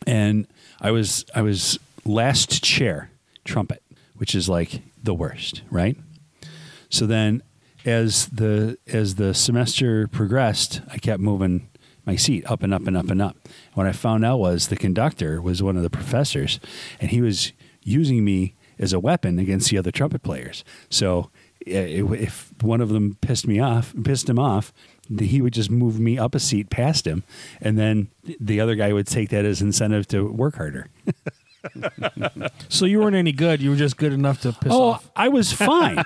[SPEAKER 1] and I was I was last chair trumpet, which is like the worst, right? So then, as the as the semester progressed, I kept moving my seat up and up and up and up. What I found out was the conductor was one of the professors, and he was using me as a weapon against the other trumpet players. So i- i- if one of them pissed me off, pissed him off, th- he would just move me up a seat past him, and then th- the other guy would take that as incentive to work harder.
[SPEAKER 2] So you weren't any good. You were just good enough to piss
[SPEAKER 1] oh,
[SPEAKER 2] off.
[SPEAKER 1] I was fine.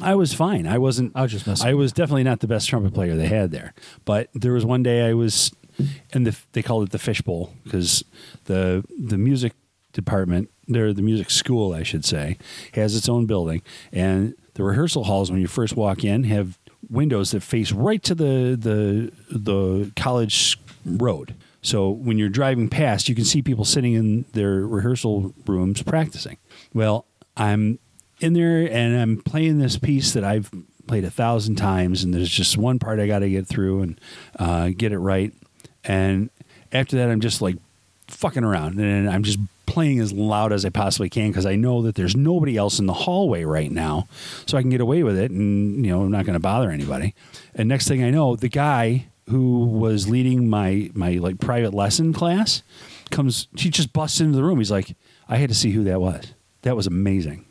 [SPEAKER 1] I was fine. I wasn't.
[SPEAKER 2] I was just messing
[SPEAKER 1] I was definitely not the best trumpet player they had there. But there was one day I was, and the, they called it the fishbowl because the the music department, there the music school, I should say, has its own building, and the rehearsal halls when you first walk in have windows that face right to the the the college road. So when you're driving past, you can see people sitting in their rehearsal rooms practicing. Well, I'm in there and I'm playing this piece that I've played a thousand times, and there's just one part I got to get through and uh, get it right. And after that, I'm just like fucking around and I'm just playing as loud as I possibly can because I know that there's nobody else in the hallway right now, so I can get away with it and you know I'm not going to bother anybody. And next thing I know, the guy who was leading my my like private lesson class comes. She just busts into the room. He's like, I had to see who that was. That was amazing.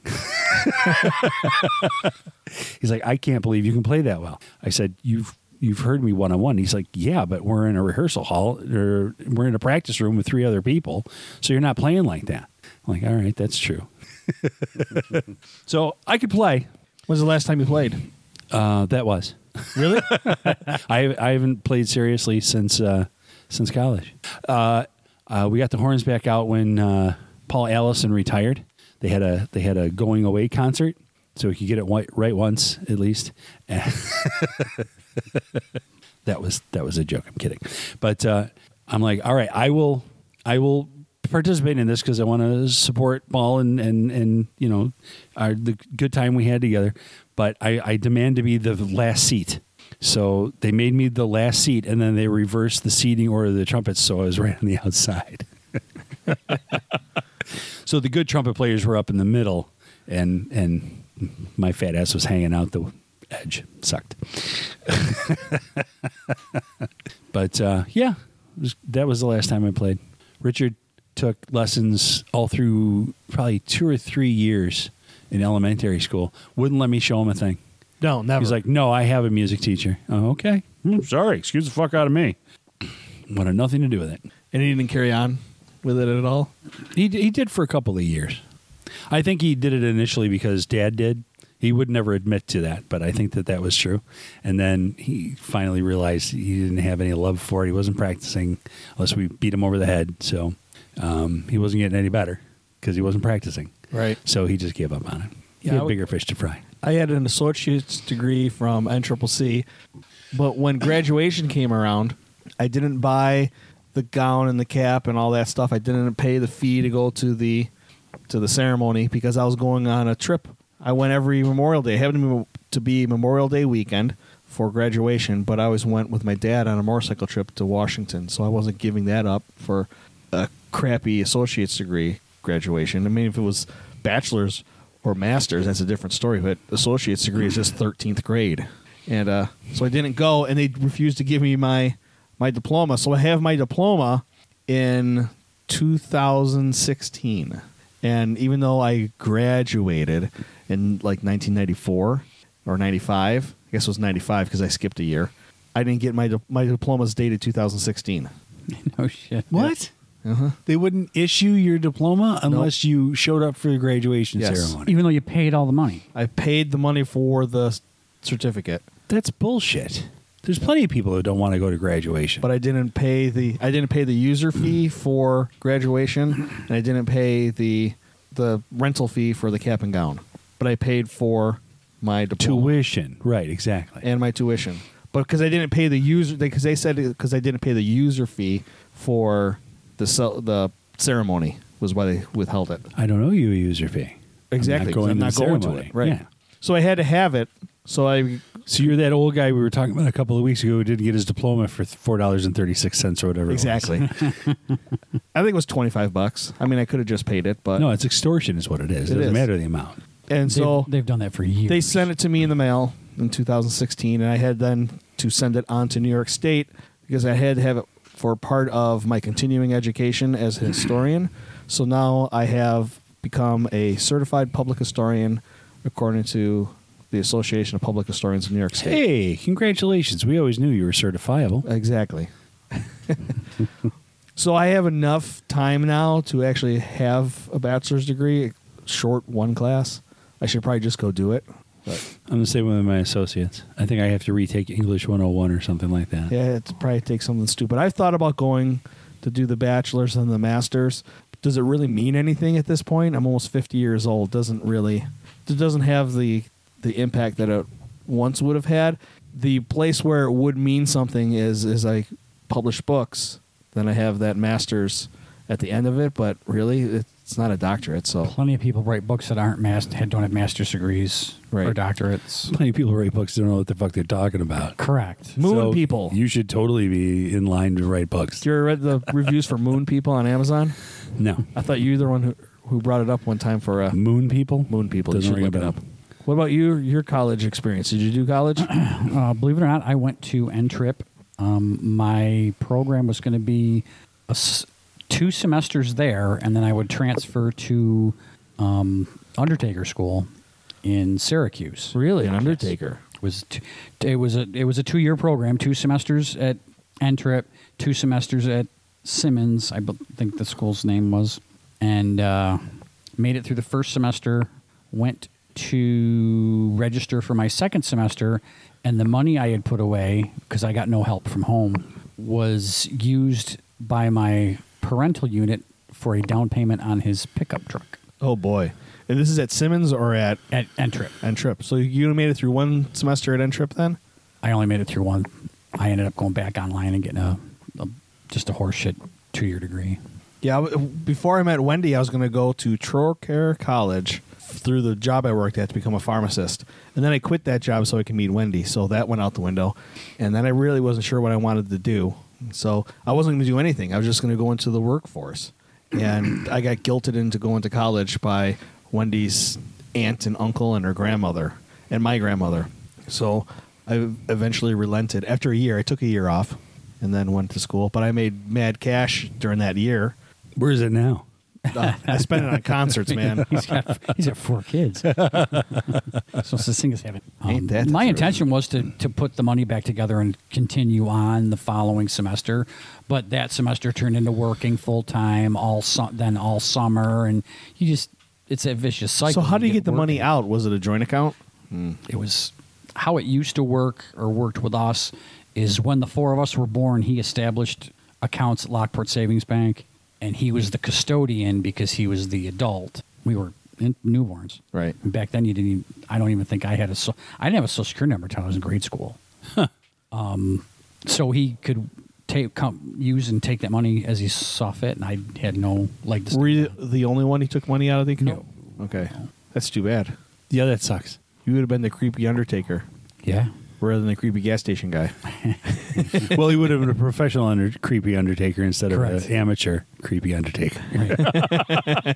[SPEAKER 1] He's like, I can't believe you can play that well. I said, you've you've heard me one on one. He's like, yeah, but we're in a rehearsal hall or we're in a practice room with three other people, so you're not playing like that. I'm like, all right, that's true. so I could play.
[SPEAKER 2] When's the last time you played?
[SPEAKER 1] Uh, that was
[SPEAKER 2] Really?
[SPEAKER 1] I I haven't played seriously since uh, since college. Uh, uh, we got the horns back out when uh, Paul Allison retired. They had a they had a going away concert, so we could get it wi- right once at least. that was that was a joke. I'm kidding, but uh, I'm like, all right, I will I will participate in this because I want to support Paul and and and you know our, the good time we had together. But I, I demand to be the last seat. So they made me the last seat, and then they reversed the seating order of the trumpets, so I was right on the outside. so the good trumpet players were up in the middle, and and my fat ass was hanging out the edge. Sucked. But uh, yeah, it was, that was the last time I played. Richard took lessons all through probably two or three years in elementary school. Wouldn't let me show him a thing.
[SPEAKER 2] no, never.
[SPEAKER 1] He's like, no, I have a music teacher. Oh, okay. I'm sorry. Excuse the fuck out of me. Wanted nothing to do with it.
[SPEAKER 2] and he didn't carry on with it at all.
[SPEAKER 1] He, he did for a couple of years. I think he did it initially because dad did. He would never admit to that, but I think that that was true. And then he finally realized he didn't have any love for it. He wasn't practicing unless we beat him over the head. So um, he wasn't getting any better because he wasn't practicing.
[SPEAKER 2] Right.
[SPEAKER 1] So he just gave up on it. He
[SPEAKER 2] Yeah, I
[SPEAKER 1] had
[SPEAKER 2] would-
[SPEAKER 1] bigger fish to fry.
[SPEAKER 2] I had an associate's degree from NCCC, but when graduation came around, I didn't buy the gown and the cap and all that stuff. I didn't pay the fee to go to the to the ceremony because I was going on a trip. I went every Memorial Day. It happened to be- to be Memorial Day weekend for graduation, but I always went with my dad on a motorcycle trip to Washington, so I wasn't giving that up for a crappy associate's degree graduation. I mean, if it was bachelor's or master's, that's a different story. But associate's degree is just thirteenth grade, and uh, so I didn't go, and they refused to give me my my diploma. So I have my diploma in 2016, and even though I graduated in like 1994 or 95, I guess it was 95 because I skipped a year. I didn't get my di- my diploma's dated 2016.
[SPEAKER 3] no Oh, shit.
[SPEAKER 1] What?
[SPEAKER 2] Uh-huh.
[SPEAKER 1] They wouldn't issue your diploma unless you showed up for the graduation
[SPEAKER 2] Yes.
[SPEAKER 1] ceremony.
[SPEAKER 3] Even though you paid all the money.
[SPEAKER 2] I paid the money for the s- certificate.
[SPEAKER 1] That's bullshit. There's plenty of people who don't want to go to graduation.
[SPEAKER 2] but I didn't pay the I didn't pay the user fee for graduation, and I didn't pay the the rental fee for the cap and gown. But I paid for my diploma
[SPEAKER 1] tuition, right? Exactly.
[SPEAKER 2] and my tuition. But because I didn't pay the user, because they said because I didn't pay the user fee for the ce- the ceremony was why they withheld it.
[SPEAKER 1] I don't owe you a user fee.
[SPEAKER 2] Exactly, 'cause I'm not
[SPEAKER 1] the
[SPEAKER 2] going to
[SPEAKER 1] ceremony.
[SPEAKER 2] it. Right.
[SPEAKER 1] Yeah.
[SPEAKER 2] So I had to have it. So I
[SPEAKER 1] So you're that old guy we were talking about a couple of weeks ago who didn't get his diploma for four dollars and thirty six cents or whatever. it was.
[SPEAKER 2] exactly. I think it was twenty five bucks. I mean, I could have just paid it, but
[SPEAKER 1] No, it's extortion, is what it is. It,
[SPEAKER 2] It
[SPEAKER 1] doesn't
[SPEAKER 2] is.
[SPEAKER 1] matter the amount.
[SPEAKER 2] and so
[SPEAKER 3] they've, they've done that for years.
[SPEAKER 2] They sent it to me in the mail in 2016, and I had then to send it on to New York State because I had to have it for part of my continuing education as a historian. So now I have, become a certified public historian according to the Association of Public Historians of New York State.
[SPEAKER 1] Hey, congratulations. We always knew you were certifiable.
[SPEAKER 2] Exactly. so I have enough time now to actually have a bachelor's degree, short one class. I should probably just go do it. But
[SPEAKER 1] I'm the same with my associates. I think I have to retake English 101 or something like that.
[SPEAKER 2] yeah, it probably takes something stupid. I've thought about going to do the bachelor's and the master's. Does it really mean anything at this point? I'm almost 50 years old. Doesn't really. It doesn't have the the impact that it once would have had. The place where it would mean something is is I publish books. Then I have that master's at the end of it. But really, it's not a doctorate. So
[SPEAKER 3] Plenty of people write books that aren't mas- don't have master's degrees or
[SPEAKER 2] Right.
[SPEAKER 3] doctorates.
[SPEAKER 1] Plenty of people who write books don't know what the fuck they're talking about.
[SPEAKER 3] Correct.
[SPEAKER 2] Moon people.
[SPEAKER 1] You should totally be in line to write books.
[SPEAKER 2] Do you ever read the reviews for Moon People on Amazon?
[SPEAKER 1] No.
[SPEAKER 2] I thought you were the one who, who brought it up one time for uh,
[SPEAKER 1] Moon people?
[SPEAKER 2] Moon People. You
[SPEAKER 1] Doesn't
[SPEAKER 2] should
[SPEAKER 1] ring a
[SPEAKER 2] look it
[SPEAKER 1] bell.
[SPEAKER 2] up. What about you? Your college experience? Did you do college?
[SPEAKER 3] Uh, believe it or not, I went to NTRIP. Um, my program was going to be a s- two semesters there, and then I would transfer to um, Undertaker School in Syracuse.
[SPEAKER 2] really, an undertaker.
[SPEAKER 3] was t- it was a it was a two year program, two semesters at NTRIP, two semesters at Simmons, I bel- think the school's name was, and uh, made it through the first semester. Went to register for my second semester, and the money I had put away because I got no help from home was used by my parental unit for a down payment on his pickup truck
[SPEAKER 2] Oh boy, and this is at Simmons or at
[SPEAKER 3] at NTRIP.
[SPEAKER 2] Trip. So you made it through one semester at Trip then?
[SPEAKER 3] I only made it through one. I ended up going back online and getting a, a just a horseshit two year degree.
[SPEAKER 2] Yeah. I w- Before I met Wendy, I was going to go to Trocare College through the job I worked at to become a pharmacist, and then I quit that job so I could meet Wendy. So that went out the window, and then I really wasn't sure what I wanted to do. So I wasn't going to do anything. I was just going to go into the workforce, and I got guilted into going to college by Wendy's aunt and uncle and her grandmother and my grandmother. So I eventually relented. After a year, I took a year off and then went to school, but I made mad cash during that year.
[SPEAKER 1] Where is it now?
[SPEAKER 2] Uh, I spent it on concerts, man.
[SPEAKER 3] He's got he's got four kids. so it's the thing is having.
[SPEAKER 2] Ain't that the
[SPEAKER 3] my
[SPEAKER 2] truth.
[SPEAKER 3] intention was to to put the money back together and continue on the following semester, but that semester turned into working full time all su- then all summer, and you just it's a vicious
[SPEAKER 2] So
[SPEAKER 3] cycle.
[SPEAKER 2] how do you get the
[SPEAKER 3] working.
[SPEAKER 2] money out? Was it a joint account?
[SPEAKER 3] it was how it used to work or worked with us is when the four of us were born he established accounts at lockport savings bank and he was the custodian because he was the adult we were in newborns
[SPEAKER 2] Right.
[SPEAKER 3] and back then you didn't even, i don't even think i had a so i didn't have a social security number until i was in grade school um, so he could take come use and take that money as he saw fit and i had no like this
[SPEAKER 2] Were you the only one who took money out of the account? Okay,
[SPEAKER 3] No.
[SPEAKER 2] that's too bad.
[SPEAKER 1] Yeah, that sucks.
[SPEAKER 2] You would have been the creepy undertaker
[SPEAKER 3] yeah
[SPEAKER 2] rather than the creepy gas station guy.
[SPEAKER 1] well, he would have been a professional under, creepy undertaker instead of
[SPEAKER 3] Correct.
[SPEAKER 1] an amateur creepy undertaker.
[SPEAKER 3] right.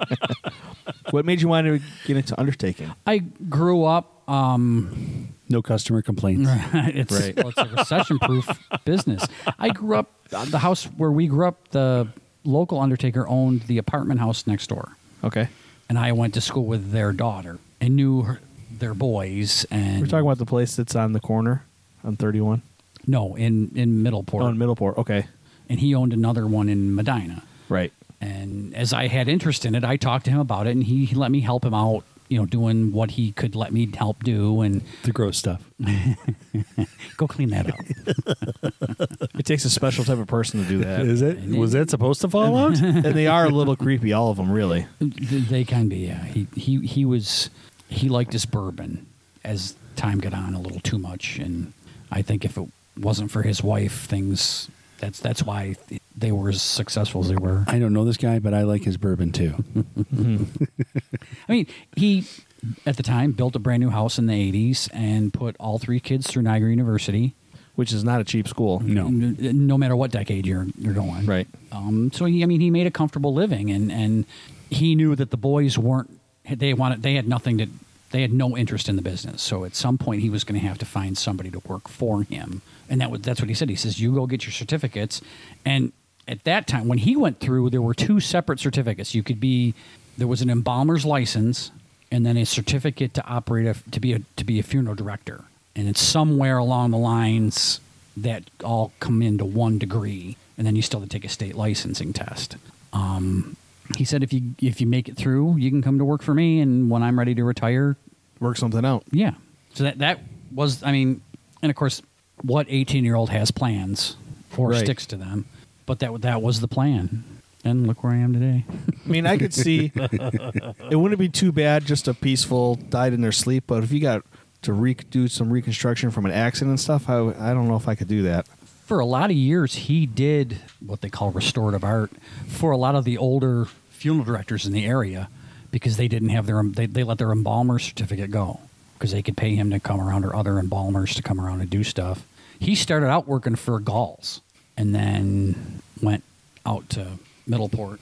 [SPEAKER 2] what made you want to get into undertaking?
[SPEAKER 3] i grew up um,
[SPEAKER 1] No customer complaints.
[SPEAKER 3] it's,
[SPEAKER 2] Right.
[SPEAKER 3] well, it's a recession-proof business. I grew up the house where we grew up. The local undertaker owned the apartment house next door,
[SPEAKER 2] Okay,
[SPEAKER 3] and I went to school with their daughter and knew her, their boys. And
[SPEAKER 2] we're talking about the place that's on the corner on 31
[SPEAKER 3] no in in Middleport,
[SPEAKER 2] oh, in Middleport. Okay,
[SPEAKER 3] and he owned another one in Medina.
[SPEAKER 2] right.
[SPEAKER 3] And as I had interest in it, I talked to him about it, and he, he let me help him out. You know, doing what he could let me help do, and
[SPEAKER 1] The gross stuff.
[SPEAKER 3] go clean that up.
[SPEAKER 2] It takes a special type of person to do that,
[SPEAKER 1] Is it? Was that supposed to fall out?
[SPEAKER 2] and they are a little creepy, all of them, really.
[SPEAKER 3] Th- They can be. Yeah. He he he was he liked his bourbon as time got on a little too much, and I think if it wasn't for his wife, things that's that's why they were as successful as they were.
[SPEAKER 1] I don't know this guy, but I like his bourbon too.
[SPEAKER 3] I mean, he at the time built a brand new house in the '80s and put all three kids through Niagara University.
[SPEAKER 2] Which is not a cheap school.
[SPEAKER 1] No.
[SPEAKER 3] n- n- no matter what decade you're you're going.
[SPEAKER 2] Right.
[SPEAKER 3] Um, so he, I mean, he made a comfortable living, and and he knew that the boys weren't. They wanted. They had nothing to. They had no interest in the business. So at some point, he was going to have to find somebody to work for him, and that was that's what he said. He says, "You go get your certificates," and at that time, when he went through, there were two separate certificates. You could be there was an embalmer's license and then a certificate to operate a, to be a to be a funeral director and it's somewhere along the lines that all come into one degree and then you still have to take a state licensing test um, he said if you if you make it through you can come to work for me and when i'm ready to retire
[SPEAKER 2] Work something out.
[SPEAKER 3] yeah. So that that was I mean, and of course, what eighteen year old has plans or
[SPEAKER 1] Right.
[SPEAKER 3] sticks to them? But that that was the plan, and look where I am today.
[SPEAKER 2] I mean, I could see it wouldn't be too bad just a peaceful died in their sleep, but if you got to re- do some reconstruction from an accident and stuff, I, w- I don't know if I could do that.
[SPEAKER 3] For a lot of years, he did what they call restorative art for a lot of the older funeral directors in the area because they didn't have their they, they let their embalmer certificate go because they could pay him to come around or other embalmers to come around and do stuff. He started out working for Galls and then went out to Middleport,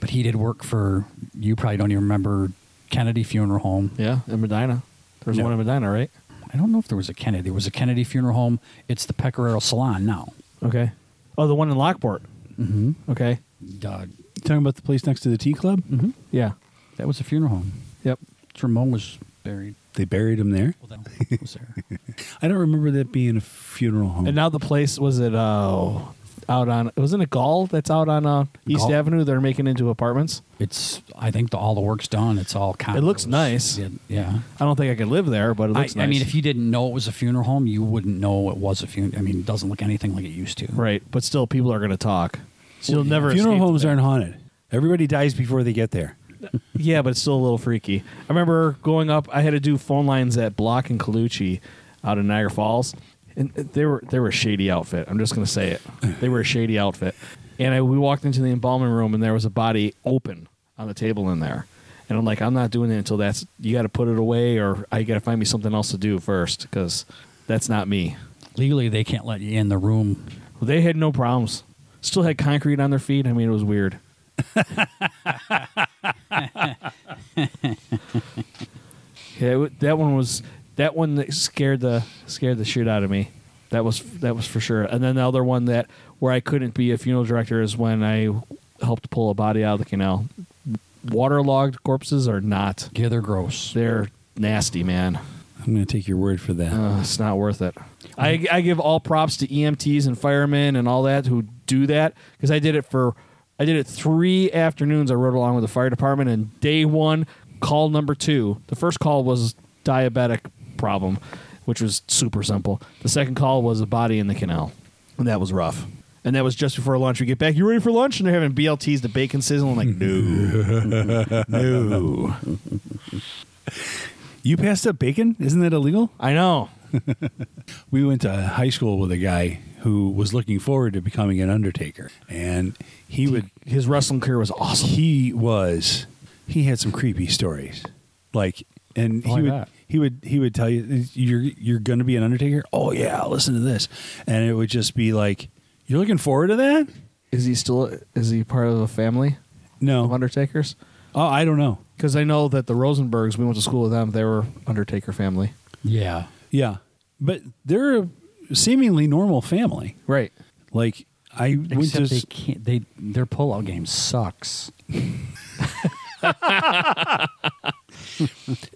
[SPEAKER 3] but he did work for you probably don't even remember Kennedy Funeral Home.
[SPEAKER 2] Yeah, in Medina. There's
[SPEAKER 3] Yeah.
[SPEAKER 2] one in Medina, right?
[SPEAKER 3] I don't know if there was a Kennedy. There was a Kennedy Funeral Home. It's the Pecoraro Salon now.
[SPEAKER 2] Okay. Oh, the one in Lockport.
[SPEAKER 3] Mm-hmm.
[SPEAKER 2] Okay.
[SPEAKER 3] Doug.
[SPEAKER 1] talking about the place next to the tea club?
[SPEAKER 3] Mm-hmm.
[SPEAKER 2] Yeah.
[SPEAKER 3] That was a funeral home.
[SPEAKER 2] Yep.
[SPEAKER 3] That's where Mo was buried.
[SPEAKER 1] They buried him there.
[SPEAKER 3] Well, that was there.
[SPEAKER 1] I don't remember that being a funeral home.
[SPEAKER 2] And now the place was it uh, out on wasn't it Gall that's out on uh, East
[SPEAKER 3] Gall.
[SPEAKER 2] Avenue? They're making into apartments.
[SPEAKER 3] It's. I think the, all the work's done. It's all. Con-
[SPEAKER 2] It looks nice.
[SPEAKER 3] Yeah. yeah.
[SPEAKER 2] I don't think I could live there, but it
[SPEAKER 3] I,
[SPEAKER 2] looks nice.
[SPEAKER 3] I mean, if you didn't know it was a funeral home, you wouldn't know it was a funeral. I mean, it doesn't look anything like it used to.
[SPEAKER 2] right, but still, people are going to talk. So you'll never
[SPEAKER 1] funeral
[SPEAKER 2] escape
[SPEAKER 1] homes
[SPEAKER 2] that.
[SPEAKER 1] aren't haunted. Everybody dies before they get there.
[SPEAKER 2] Yeah, but it's still a little freaky. I remember going up. I had to do phone lines at Block and Colucci out in Niagara Falls, and they were they were a shady outfit. I'm just gonna say it. They were a shady outfit. And I, we walked into the embalming room, and there was a body open on the table in there. And I'm like, I'm not doing it until that's. You got to put it away, or I got to find me something else to do first, because that's not me.
[SPEAKER 3] Legally, they can't let you in the room.
[SPEAKER 2] They had no problems. Still had concrete on their feet. I mean, it was weird. yeah, it wa- that one was that one that scared the scared the shit out of me. That was that was for sure. And then the other one that where I couldn't be a funeral director is when I helped pull a body out of the canal. Waterlogged corpses are not.
[SPEAKER 3] Yeah, they're gross.
[SPEAKER 2] They're nasty, man.
[SPEAKER 1] I'm going to take your word for that.
[SPEAKER 2] Uh, it's not worth it. I, I give all props to EMTs and firemen and all that who do that because I did it for I did it three afternoons. I rode along with the fire department and day one call number two. The first call was diabetic problem, which was super simple. The second call was a body in the canal, and that was rough. And that was just before lunch. We get back. You ready for lunch? And they're having BLTs, the bacon sizzle. I'm like, no, no.
[SPEAKER 1] you passed up bacon? Isn't that illegal?
[SPEAKER 2] I know.
[SPEAKER 1] We went to high school with a guy who was looking forward to becoming an undertaker, and he would
[SPEAKER 2] His wrestling career was awesome.
[SPEAKER 1] he was he had some creepy stories, like and
[SPEAKER 3] Why
[SPEAKER 1] he would
[SPEAKER 3] not?
[SPEAKER 1] he would he would tell you you're you're going to be an undertaker. Oh yeah, I'll listen to this, and it would just be like you're looking forward to that.
[SPEAKER 2] Is he still? Is he part of a family of
[SPEAKER 1] No,
[SPEAKER 2] Undertakers?
[SPEAKER 1] oh I don't know.
[SPEAKER 2] Because I know that the Rosenbergs, we went to school with them. They were Undertaker family,
[SPEAKER 3] Yeah.
[SPEAKER 1] Yeah, but they're a seemingly normal family.
[SPEAKER 2] right?
[SPEAKER 1] Like I went to
[SPEAKER 3] Except they
[SPEAKER 1] s-
[SPEAKER 3] can't. They their pullout game sucks.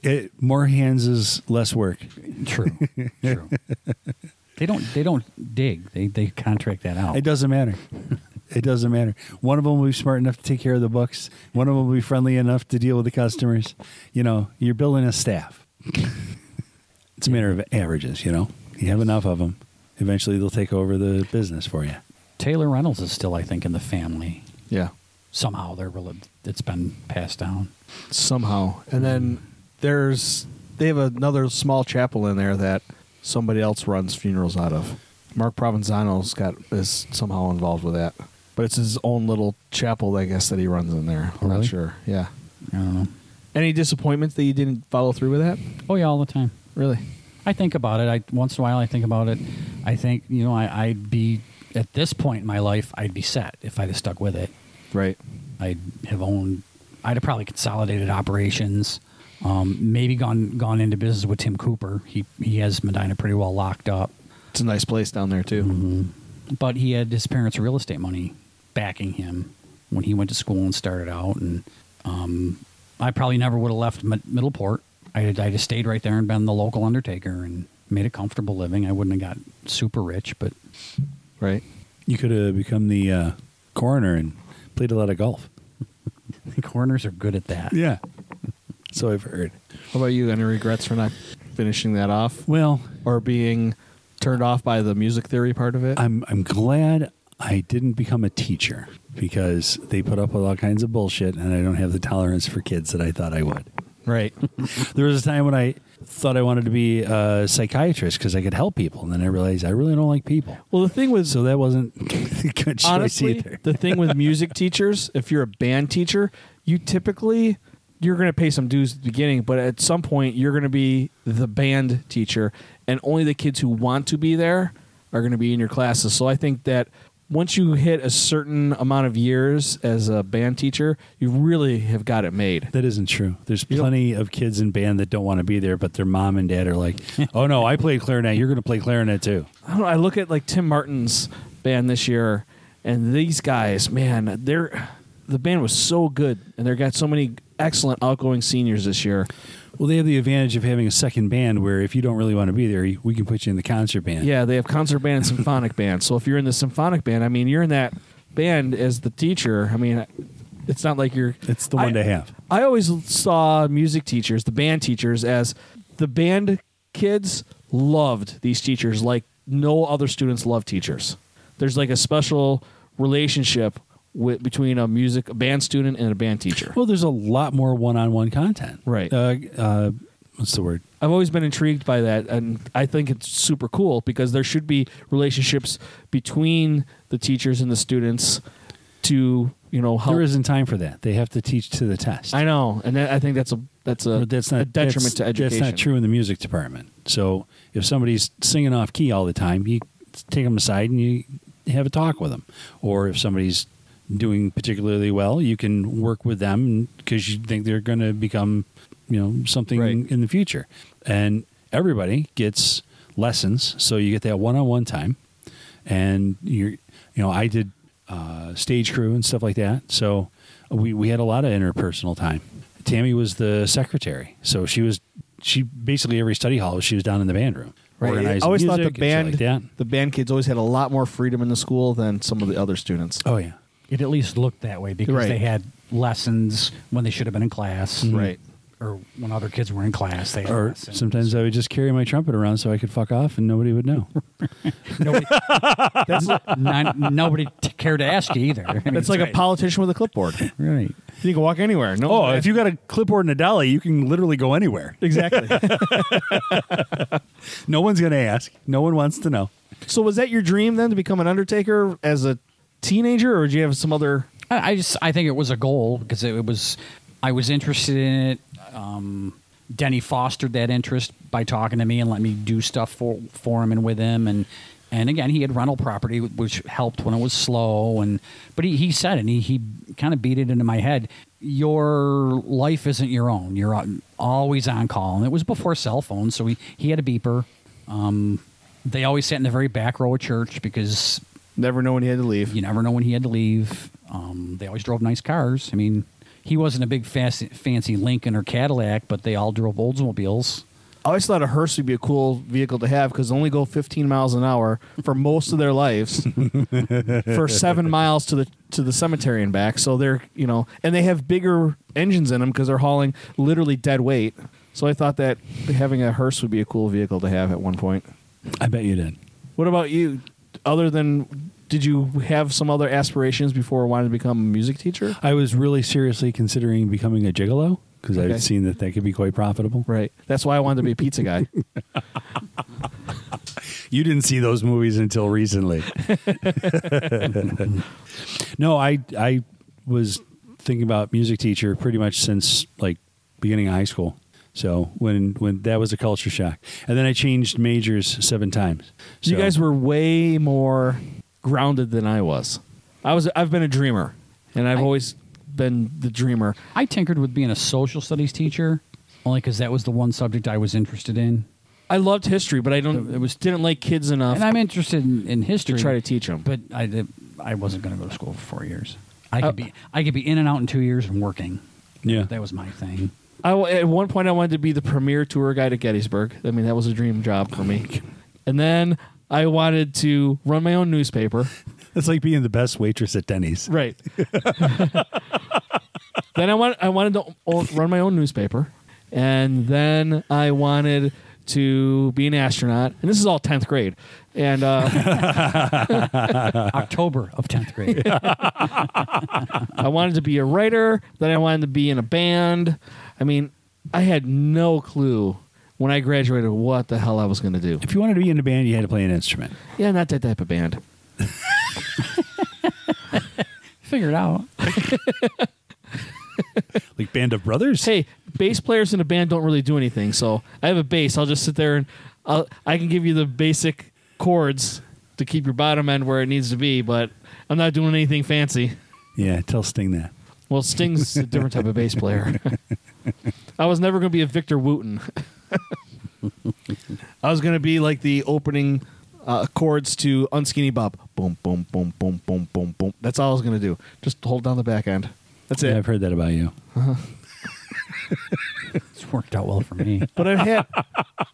[SPEAKER 1] it, more hands is less work.
[SPEAKER 3] True. True. They don't. They don't dig. They they contract that out.
[SPEAKER 1] It doesn't matter. It doesn't matter. One of them will be smart enough to take care of the books. One of them will be friendly enough to deal with the customers. You know, you're building a staff. it's a matter of averages. You know, you have enough of them. Eventually, they'll take over the business for you.
[SPEAKER 3] Taylor Reynolds is still, I think, in the family.
[SPEAKER 2] Yeah.
[SPEAKER 3] Somehow, they're rel- it's been passed down.
[SPEAKER 2] Somehow, and then there's they have another small chapel in there that somebody else runs funerals out of. Mark Provenzano's got is somehow involved with that, but it's his own little chapel, I guess, that he runs in there. I'm
[SPEAKER 3] Really?
[SPEAKER 2] not sure. Yeah.
[SPEAKER 3] I don't know.
[SPEAKER 2] Any disappointments that you didn't follow through with that?
[SPEAKER 3] Oh yeah, all the time.
[SPEAKER 2] Really?
[SPEAKER 3] I think about it. I once in a while I think about it. I think you know I, I'd be at this point in my life I'd be set if I'd have stuck with it.
[SPEAKER 2] Right.
[SPEAKER 3] I'd have owned. I'd have probably consolidated operations. Um, maybe gone gone into business with Tim Cooper. He he has Medina pretty well locked up.
[SPEAKER 2] It's a nice place down there too.
[SPEAKER 3] but he had his parents' real estate money backing him when he went to school and started out, and um, I probably never would have left Mid- Middleport. I had- I just stayed right there and been the local undertaker and made a comfortable living. I wouldn't have got super rich, but
[SPEAKER 2] Right.
[SPEAKER 1] You could have become the uh, coroner and played a lot of golf.
[SPEAKER 3] the coroners are good at that.
[SPEAKER 1] Yeah. so I've heard.
[SPEAKER 2] How about you? Any regrets for not finishing that off
[SPEAKER 1] Well,
[SPEAKER 2] or being turned off by the music theory part of it?
[SPEAKER 1] I'm I'm glad I didn't become a teacher because they put up with all kinds of bullshit and I don't have the tolerance for kids that I thought I would.
[SPEAKER 2] right.
[SPEAKER 1] There was a time when I thought I wanted to be a psychiatrist because I could help people, and then I realized I really don't like people.
[SPEAKER 2] Well, the thing with
[SPEAKER 1] So that wasn't a good choice
[SPEAKER 2] honestly,
[SPEAKER 1] either.
[SPEAKER 2] the thing with music teachers, if you're a band teacher, you typically you're going to pay some dues at the beginning, but at some point you're going to be the band teacher, and only the kids who want to be there are going to be in your classes. So I think that once you hit a certain amount of years as a band teacher, you really have got it made.
[SPEAKER 1] That isn't true. There's
[SPEAKER 2] You don't-
[SPEAKER 1] plenty of kids in band that don't want to be there, but their mom and dad are like, "Oh no, I played clarinet. You're going to play clarinet too."
[SPEAKER 2] I don't know. I look at like Tim Martin's band this year, and these guys, man, they're the band was so good, and they got so many excellent outgoing seniors this year.
[SPEAKER 1] Well, they have the advantage of having a second band where if you don't really want to be there, you- we can put you in the concert band.
[SPEAKER 2] Yeah, they have concert band and symphonic band. So if you're in the symphonic band, I mean, you're in that band as the teacher. I mean, it's not like you're.
[SPEAKER 1] It's the one
[SPEAKER 2] I-
[SPEAKER 1] to have.
[SPEAKER 2] I always saw music teachers, the band teachers, as the band kids loved these teachers like no other students love teachers. There's like a special relationship with, between a music a band student and a band teacher.
[SPEAKER 1] Well, there's a lot more one-on-one content.
[SPEAKER 2] Right.
[SPEAKER 1] Uh, uh, what's the word?
[SPEAKER 2] I've always been intrigued by that, and I think it's super cool because there should be relationships between the teachers and the students to you know help.
[SPEAKER 1] There isn't time for that. They have to teach to the test.
[SPEAKER 2] I know, and that, I think that's a that's a
[SPEAKER 1] But that's
[SPEAKER 2] a
[SPEAKER 1] not
[SPEAKER 2] detriment
[SPEAKER 1] that's,
[SPEAKER 2] to education.
[SPEAKER 1] That's not true in the music department. So if somebody's singing off key all the time, you take them aside and you have a talk with them. Or if somebody's doing particularly well, you can work with them because you think they're going to become, you know, something
[SPEAKER 2] Right.
[SPEAKER 1] in the future. And everybody gets lessons, so you get that one-on-one time. And you're, you know, I did uh, stage crew and stuff like that. So we, we had a lot of interpersonal time. Tammy was the secretary, so she was she basically every study hall she was down in the band room.
[SPEAKER 2] I
[SPEAKER 1] organizing
[SPEAKER 2] always thought the
[SPEAKER 1] music and
[SPEAKER 2] band
[SPEAKER 1] shit like
[SPEAKER 2] the band kids always had a lot more freedom in the school than some of the other students.
[SPEAKER 1] that. Oh yeah,
[SPEAKER 3] It at least looked that way because
[SPEAKER 2] Right. Mm-hmm.
[SPEAKER 3] they had lessons when they should have been in class,
[SPEAKER 2] Right.
[SPEAKER 3] Or when other kids were in class, they had
[SPEAKER 1] or
[SPEAKER 3] lessons.
[SPEAKER 1] sometimes I would just carry my trumpet around so I could fuck off and nobody would know.
[SPEAKER 3] nobody, not- nobody t- cared to ask you either. I mean,
[SPEAKER 2] That's like a politician with a clipboard.
[SPEAKER 3] right.
[SPEAKER 2] you can walk anywhere. No,
[SPEAKER 1] oh, if you got a clipboard and a dolly, you can literally go anywhere.
[SPEAKER 2] exactly.
[SPEAKER 1] No one's gonna ask. No one wants to know.
[SPEAKER 2] so was that your dream then to become an undertaker as a teenager, or did you have some other?
[SPEAKER 3] I, I just I think it was a goal because it, was I was interested in it. Um, Denny fostered that interest by talking to me and let me do stuff for for him and with him and and again he had rental property which helped when it was slow and but he, he said it and he, he kind of beat it into my head your life isn't your own you're on- always on call and it was before cell phones so he, he had a beeper um, they always sat in the very back row of church because
[SPEAKER 2] Never know when you had to leave.
[SPEAKER 3] you never know when he had to leave. Um, they always drove nice cars. I mean, he wasn't a big fancy, fancy Lincoln or Cadillac, but they all drove Oldsmobiles.
[SPEAKER 2] I always thought a hearse would be a cool vehicle to have because they only go 15 miles an hour for most of their lives, for seven miles to the to the cemetery and back. So they're you know, and they have bigger engines in them because they're hauling literally dead weight. So I thought that having a hearse would be a cool vehicle to have at one point.
[SPEAKER 1] I bet you did.
[SPEAKER 2] What about you? Other than, did you have some other aspirations before wanting to become a music teacher?
[SPEAKER 1] I was really seriously considering becoming a gigolo because
[SPEAKER 2] Okay.
[SPEAKER 1] I'd seen that that could be quite profitable.
[SPEAKER 2] Right. That's why I wanted to be a pizza guy.
[SPEAKER 1] You didn't see those movies until recently. no, I I was thinking about music teacher pretty much since like beginning of high school. So when when that was a culture shock, and then I changed majors seven times.
[SPEAKER 2] So you
[SPEAKER 1] So-
[SPEAKER 2] guys were way more grounded than I was. I was I've been a dreamer, and I've
[SPEAKER 3] I-
[SPEAKER 2] always been the dreamer.
[SPEAKER 3] I tinkered with being a social studies teacher only because that was the one subject I was interested in.
[SPEAKER 2] I loved history, but I don't. It was didn't like kids enough
[SPEAKER 3] And I'm interested in, in
[SPEAKER 2] to
[SPEAKER 3] history.
[SPEAKER 2] try to teach them.
[SPEAKER 3] But I, did- I wasn't going to go to school for four years. I could,
[SPEAKER 2] Oh.
[SPEAKER 3] be, I could be in and out in two years and working.
[SPEAKER 1] Yeah.
[SPEAKER 3] that was my thing.
[SPEAKER 2] I w- at one point I wanted to be the premier tour guide at Gettysburg. I mean, that was a dream job for me. And then I wanted to run my own newspaper.
[SPEAKER 1] It's like being the best waitress at Denny's.
[SPEAKER 2] Right. then I want I wanted to o- run my own newspaper, and then I wanted to be an astronaut. And this is all tenth grade. And uh,
[SPEAKER 3] October of tenth grade.
[SPEAKER 2] I wanted to be a writer. Then I wanted to be in a band. I mean, I had no clue when I graduated what the hell I was going to do.
[SPEAKER 1] If you wanted to be in a band, you had to play an instrument.
[SPEAKER 2] Yeah, not that type of band.
[SPEAKER 3] Figure it out.
[SPEAKER 1] Like Band of Brothers?
[SPEAKER 2] hey, bass players in a band don't really do anything. So I have a bass. I'll just sit there and I'll, I can give you the basic chords to keep your bottom end where it needs to be, but I'm not doing anything fancy.
[SPEAKER 1] Yeah, tell Sting that.
[SPEAKER 2] Well, Sting's a different type of bass player. I was never going to be a Victor Wooten. I was going to be like the opening uh, chords to Unskinny Bob. Boom, boom, boom, boom, boom, boom, boom. That's all I was going to do. Just hold down the back end. That's it.
[SPEAKER 1] Yeah, I've heard that about you.
[SPEAKER 3] It's worked out well for me.
[SPEAKER 2] But I had,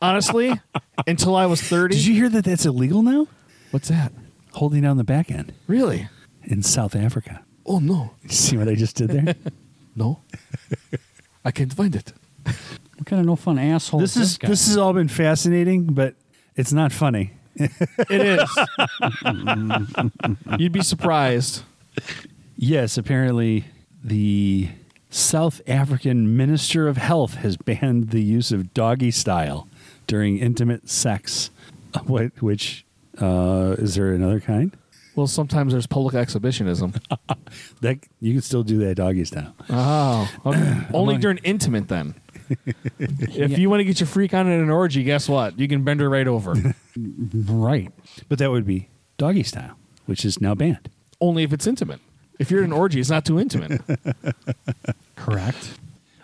[SPEAKER 2] honestly, until I was 30.
[SPEAKER 1] Did you hear that that's illegal now?
[SPEAKER 2] What's that?
[SPEAKER 1] Holding down the back end
[SPEAKER 2] Really?
[SPEAKER 1] in South Africa.
[SPEAKER 2] Oh no,
[SPEAKER 1] See what I just did there?
[SPEAKER 2] no. I can't find it.
[SPEAKER 3] What kind of no fun asshole?
[SPEAKER 1] this is
[SPEAKER 3] guy?
[SPEAKER 1] this has all been fascinating, but it's not funny.
[SPEAKER 2] It is. You'd be surprised.
[SPEAKER 1] Yes, apparently the South African Minister of Health has banned the use of doggy style during intimate sex. What? Which? Uh, is there another kind?
[SPEAKER 2] Well, sometimes there's public exhibitionism.
[SPEAKER 1] That you can still do that doggy style.
[SPEAKER 2] Oh, okay. only during intimate then. If you want to get your freak on in an orgy, guess what? You can bend her right over.
[SPEAKER 3] right.
[SPEAKER 1] But that would be doggy style, which is now banned.
[SPEAKER 2] only if it's intimate. If you're in an orgy, it's not too intimate.
[SPEAKER 3] Correct.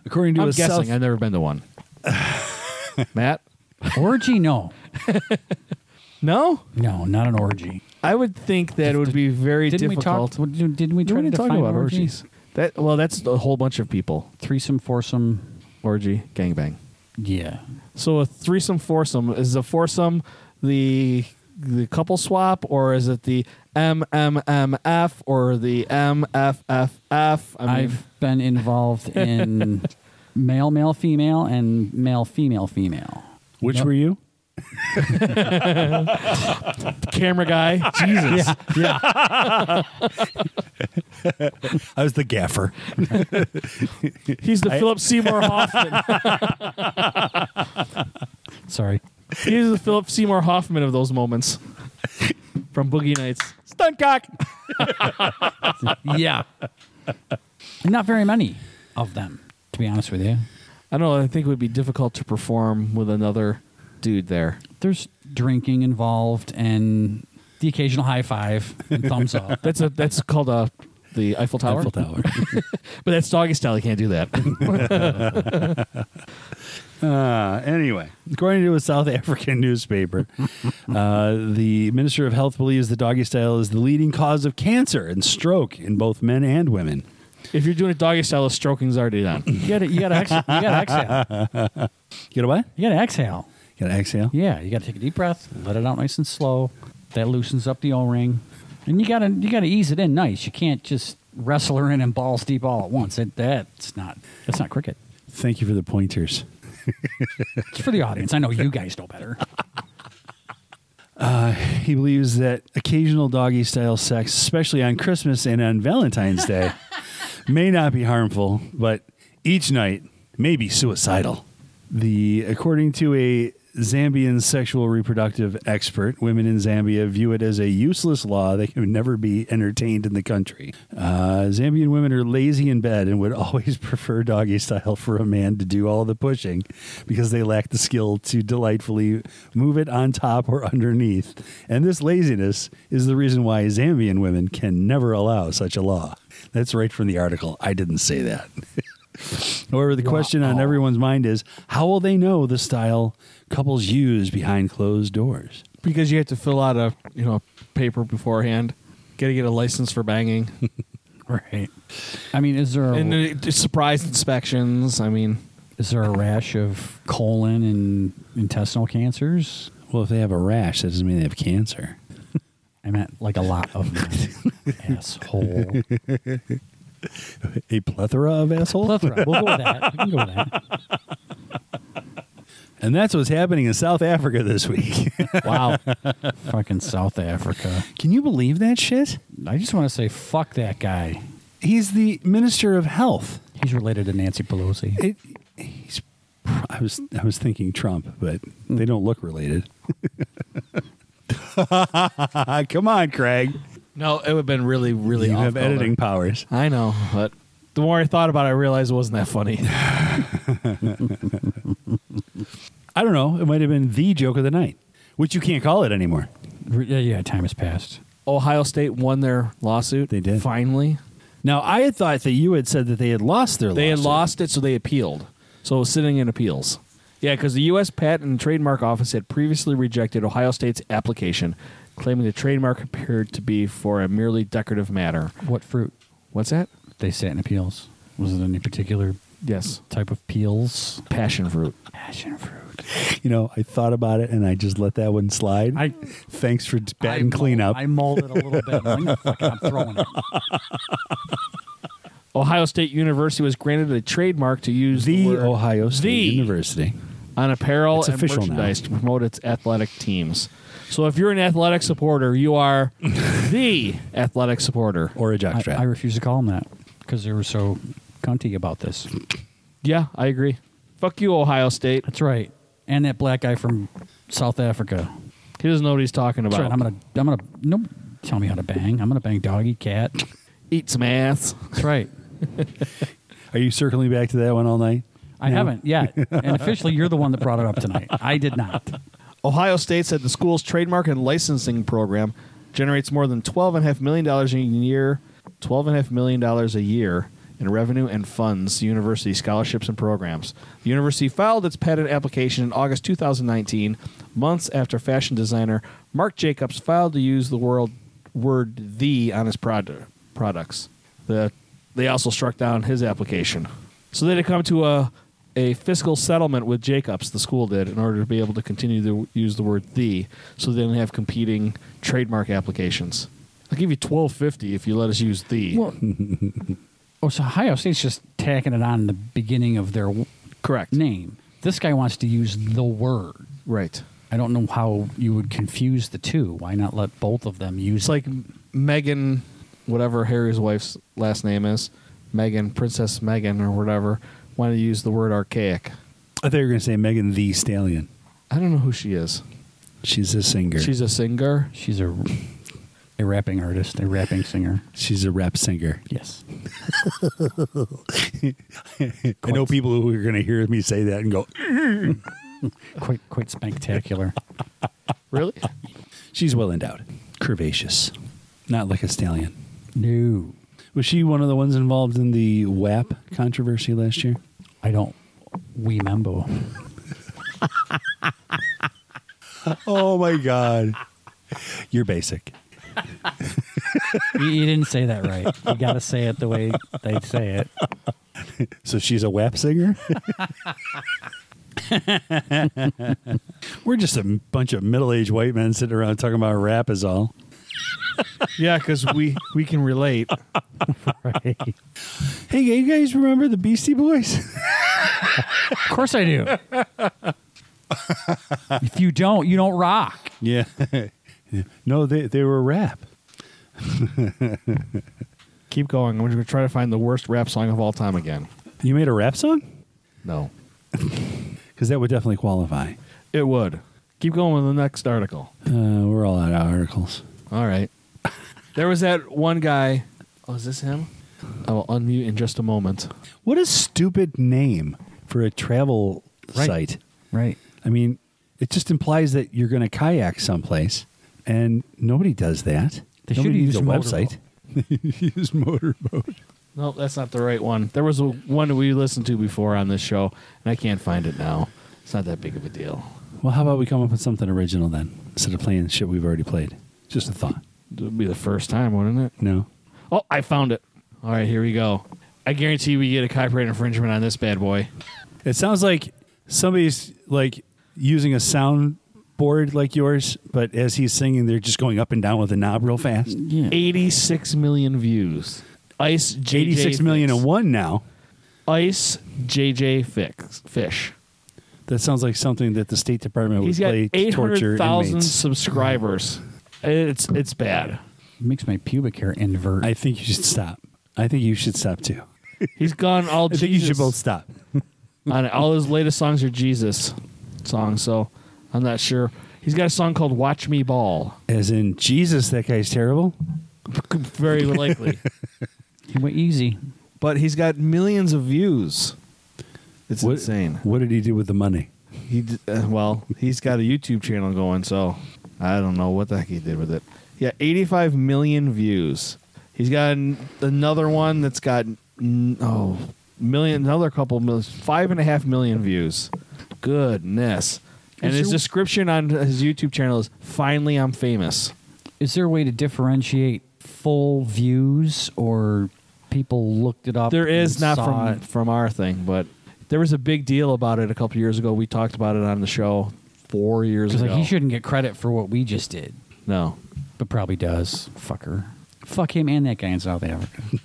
[SPEAKER 1] According to
[SPEAKER 2] I'm
[SPEAKER 1] a
[SPEAKER 2] guessing.
[SPEAKER 1] South
[SPEAKER 2] I've never been to one. Matt?
[SPEAKER 3] Orgy? No,
[SPEAKER 2] No?
[SPEAKER 3] no, not an orgy.
[SPEAKER 2] I would think that it would be very
[SPEAKER 3] Didn't
[SPEAKER 2] difficult.
[SPEAKER 3] we talk? Didn't we try
[SPEAKER 2] We
[SPEAKER 3] to
[SPEAKER 2] didn't talk
[SPEAKER 3] define
[SPEAKER 2] about
[SPEAKER 3] orgy?
[SPEAKER 2] orgies. That well, that's a whole bunch of people.
[SPEAKER 3] Threesome, foursome.
[SPEAKER 2] Orgy, gangbang.
[SPEAKER 3] Yeah.
[SPEAKER 2] So a threesome foursome is a foursome the the couple swap or is it the MMMF or the MFFF? I mean,
[SPEAKER 3] I've been involved in male, male, female, and male, female, female.
[SPEAKER 1] Which
[SPEAKER 3] Yep.
[SPEAKER 1] were you?
[SPEAKER 2] camera guy. Jesus.
[SPEAKER 3] Yeah.
[SPEAKER 1] I was the gaffer.
[SPEAKER 2] He's the Philip Seymour Hoffman.
[SPEAKER 3] Sorry.
[SPEAKER 2] He's the Philip Seymour Hoffman of those moments from Boogie Nights.
[SPEAKER 1] Stuntcock.
[SPEAKER 3] Yeah. Not very many of them, to be honest with you.
[SPEAKER 2] I don't know, I think it would be difficult to perform with another dude there.
[SPEAKER 3] There's drinking involved and the occasional high five and thumbs up.
[SPEAKER 2] That's a that's called a the Eiffel Tower.
[SPEAKER 1] Eiffel Tower.
[SPEAKER 2] But that's doggy style. You can't do that.
[SPEAKER 1] Uh, anyway, according to a South African newspaper, uh, the Minister of Health believes the doggy style is the leading cause of cancer and stroke in both men and women.
[SPEAKER 2] if you're doing a doggy style, the stroking's already done.
[SPEAKER 3] You gotta, you gotta, ex- you gotta exhale.
[SPEAKER 1] You gotta what?
[SPEAKER 3] You gotta exhale.
[SPEAKER 1] You gotta exhale.
[SPEAKER 3] Yeah, you gotta take a deep breath, let it out nice and slow. That loosens up the O-ring, and you gotta, you gotta ease it in nice. You can't just wrestle her in and balls deep all at once. It, that's not, that's not cricket.
[SPEAKER 1] Thank you for the pointers.
[SPEAKER 3] It's for the audience. I know you guys know better.
[SPEAKER 1] He believes that occasional doggy style sex, especially on Christmas and on Valentine's Day, may not be harmful, but each night may be suicidal. The according to a Zambian sexual reproductive expert, women in Zambia view it as a useless law that can never be entertained in the country. Uh, Zambian women are lazy in bed and would always prefer doggy style for a man to do all the pushing because they lack the skill to delightfully move it on top or underneath. And this laziness is the reason why Zambian women can never allow such a law. That's right from the article. I didn't say that. However, the question on
[SPEAKER 3] Wow.
[SPEAKER 1] everyone's mind is how will they know the style couples use behind closed doors?
[SPEAKER 2] Because you have to fill out a you know paper beforehand. Got to get a license for banging.
[SPEAKER 3] Right. I mean, is there a,
[SPEAKER 2] And it, it's surprise inspections. I mean,
[SPEAKER 3] is there a rash of colon and intestinal cancers?
[SPEAKER 1] Well, if they have a rash, that doesn't mean they have cancer.
[SPEAKER 3] I meant like a lot of them. asshole.
[SPEAKER 1] A plethora of assholes?
[SPEAKER 3] Plethora. We'll go with that. We can go with that.
[SPEAKER 1] And that's what's happening in South Africa this week.
[SPEAKER 3] Wow. Fucking South Africa.
[SPEAKER 1] Can you believe that shit?
[SPEAKER 3] I just want to say, fuck that guy.
[SPEAKER 1] He's the Minister of Health.
[SPEAKER 3] He's related to Nancy Pelosi.
[SPEAKER 1] It, he's, I was I was thinking Trump, but they don't look related. Come on, Craig.
[SPEAKER 2] no, it would have been really, really.
[SPEAKER 1] you
[SPEAKER 2] off
[SPEAKER 1] have
[SPEAKER 2] color.
[SPEAKER 1] editing powers.
[SPEAKER 2] I know, but the more I thought about it, I realized it wasn't that funny.
[SPEAKER 1] I don't know. It might have been the joke of the night, which you can't call it anymore.
[SPEAKER 3] Re- Yeah, yeah, time has passed.
[SPEAKER 2] Ohio State won their lawsuit.
[SPEAKER 1] They did.
[SPEAKER 2] finally.
[SPEAKER 1] Now, I had thought that you had said that they had lost their.
[SPEAKER 2] They had
[SPEAKER 1] lawsuit.
[SPEAKER 2] lost it, so they appealed. So it was sitting in appeals. Yeah, because the U.S. Patent and Trademark Office had previously rejected Ohio State's application, claiming the trademark appeared to be for a merely decorative matter.
[SPEAKER 3] What fruit?
[SPEAKER 2] What's that?
[SPEAKER 3] They sat in appeals. Was it any particular
[SPEAKER 2] Yes,
[SPEAKER 3] type of peels?
[SPEAKER 2] passion fruit.
[SPEAKER 3] Passion fruit.
[SPEAKER 1] You know, I thought about it and I just let that one slide.
[SPEAKER 3] I-
[SPEAKER 1] Thanks for
[SPEAKER 3] I
[SPEAKER 1] batting
[SPEAKER 3] mulled-
[SPEAKER 1] cleanup.
[SPEAKER 3] I mulled it a little bit. I'm, like, "Fuck it, I'm throwing it.
[SPEAKER 2] Ohio State University was granted a trademark to use the,
[SPEAKER 1] the
[SPEAKER 2] word
[SPEAKER 1] Ohio State
[SPEAKER 2] the
[SPEAKER 1] University.
[SPEAKER 2] on apparel
[SPEAKER 1] It's
[SPEAKER 2] and
[SPEAKER 1] official now.
[SPEAKER 2] merchandise to promote its athletic teams. So if you're an athletic supporter, you are the athletic supporter.
[SPEAKER 1] or a
[SPEAKER 3] I,
[SPEAKER 1] jockstrap.
[SPEAKER 3] I refuse to call them that because they were so cunty about this.
[SPEAKER 2] Yeah, I agree. Fuck you, Ohio State.
[SPEAKER 3] That's right. And that black guy from South Africa.
[SPEAKER 2] He doesn't know what he's talking
[SPEAKER 3] That's
[SPEAKER 2] about.
[SPEAKER 3] right. I'm gonna. I'm gonna. No, tell me how to bang. I'm gonna bang doggy cat.
[SPEAKER 2] eat some ass.
[SPEAKER 3] That's right.
[SPEAKER 1] Are you circling back to that one all night?
[SPEAKER 3] I haven't yet. And officially, you're the one that brought it up tonight. I did not.
[SPEAKER 2] Ohio State said the school's trademark and licensing program generates more than twelve and a half million dollars a year, twelve and a half million dollars a year in revenue and funds to university scholarships and programs. The university filed its patent application in August 2019, months after fashion designer Marc Jacobs filed to use the world word "the" on his prod- products. The, they also struck down his application. So they had come to a a fiscal settlement with Jacobs, the school did, in order to be able to continue to use the word "the," so they didn't have competing trademark applications. I'll give you twelve fifty if you let us use "the."
[SPEAKER 3] Well, oh, so Ohio State's just tacking it on the beginning of their w-
[SPEAKER 2] Correct.
[SPEAKER 3] name. This guy wants to use the word.
[SPEAKER 2] Right.
[SPEAKER 3] I don't know how you would confuse the two. Why not let both of them use
[SPEAKER 2] It's like Megan, whatever Harry's wife's last name is, Megan, Princess Megan, or whatever, wanted to use the word archaic.
[SPEAKER 1] I thought you were going to say Megan the Stallion.
[SPEAKER 2] I don't know who she is.
[SPEAKER 1] She's a singer.
[SPEAKER 2] She's a singer.
[SPEAKER 3] She's a a rapping artist, a rapping singer.
[SPEAKER 1] She's a rap singer.
[SPEAKER 3] Yes.
[SPEAKER 1] I know people who are going to hear me say that and go, "Mm."
[SPEAKER 3] Quite quite spectacular.
[SPEAKER 2] Really?
[SPEAKER 1] she's well endowed, curvaceous, not like a stallion.
[SPEAKER 3] No.
[SPEAKER 1] Was she one of the ones involved in the WAP controversy last year?
[SPEAKER 3] I don't we membo.
[SPEAKER 1] Oh my God. You're basic.
[SPEAKER 3] you, you didn't say that right. You gotta say it the way they say it.
[SPEAKER 1] So she's a WAP singer? We're just a bunch of middle aged white men sitting around talking about rap, is all.
[SPEAKER 2] yeah, because we we can relate.
[SPEAKER 3] Right. of
[SPEAKER 1] Hey, you guys remember the Beastie Boys?
[SPEAKER 3] course I do. if you don't, you don't rock.
[SPEAKER 1] yeah. no, they, they were rap.
[SPEAKER 2] Keep going. I'm just gonna try to find the worst rap song of all time again.
[SPEAKER 1] You made a rap song?
[SPEAKER 2] No.
[SPEAKER 1] Because that would definitely qualify.
[SPEAKER 2] It would. Keep going with the next article.
[SPEAKER 1] Uh, we're all out of articles.
[SPEAKER 2] All right. There was that one guy. Oh, is this him? I will unmute in just a moment.
[SPEAKER 1] What a stupid name for a travel
[SPEAKER 3] Right.
[SPEAKER 1] site.
[SPEAKER 3] Right.
[SPEAKER 1] I mean, it just implies that you're going to kayak someplace, and nobody does that.
[SPEAKER 3] They should
[SPEAKER 1] nobody
[SPEAKER 3] use
[SPEAKER 1] needs a
[SPEAKER 3] motorboat.
[SPEAKER 1] website. use motorboat.
[SPEAKER 2] No, that's not the right one. There was a, one we listened to before on this show, and I can't find it now. It's not that big of a deal.
[SPEAKER 1] Well, how about we come up with something original then, instead of playing shit we've already played? Just a thought.
[SPEAKER 2] It would be the first time, wouldn't it?
[SPEAKER 1] No.
[SPEAKER 2] Oh, I found it. All right, here we go. I guarantee we get a copyright infringement on this bad boy.
[SPEAKER 1] It sounds like somebody's like using a sound board like yours, but as he's singing, they're just going up and down with the knob real fast.
[SPEAKER 3] Yeah.
[SPEAKER 2] 86 million views. Ice JJ
[SPEAKER 1] 86 million
[SPEAKER 2] Fix.
[SPEAKER 1] and one now.
[SPEAKER 2] Ice JJ Fix Fish.
[SPEAKER 1] That sounds like something that the State Department would
[SPEAKER 2] He's got
[SPEAKER 1] play to torture
[SPEAKER 2] 800,000
[SPEAKER 1] inmates.
[SPEAKER 2] subscribers. It's it's bad.
[SPEAKER 3] makes my pubic hair invert.
[SPEAKER 1] I think you should stop. I think you should stop too.
[SPEAKER 2] He's gone all
[SPEAKER 1] I think you should
[SPEAKER 2] Jesus
[SPEAKER 1] both stop.
[SPEAKER 2] on it. All his latest songs are Jesus songs, so I'm not sure. He's got a song called Watch Me Ball.
[SPEAKER 1] As in, Jesus, that guy's terrible.
[SPEAKER 2] Very likely.
[SPEAKER 3] He went easy.
[SPEAKER 2] but he's got millions of views. It's
[SPEAKER 1] what,
[SPEAKER 2] insane.
[SPEAKER 1] What did he do with the money?
[SPEAKER 2] He d- uh, well, he's got a YouTube channel going, so I don't know what the heck he did with it. Yeah, 85 million views. He's got an, another one that's got mm, oh million, another couple million, five and a half million views. Goodness. And
[SPEAKER 3] Is
[SPEAKER 2] his
[SPEAKER 3] there-
[SPEAKER 2] description on his YouTube channel is "Finally, I'm famous."
[SPEAKER 3] Is there a way to differentiate full views or people looked it up?
[SPEAKER 2] There
[SPEAKER 3] and
[SPEAKER 2] is not
[SPEAKER 3] saw
[SPEAKER 2] from
[SPEAKER 3] it?
[SPEAKER 2] from our thing, but there was a big deal about it a couple years ago. We talked about it on the show four years
[SPEAKER 3] 'Cause,
[SPEAKER 2] ago.
[SPEAKER 3] like he shouldn't get credit for what we just did,
[SPEAKER 2] no.
[SPEAKER 3] but probably does. Fucker. Fuck him and that guy in South Africa.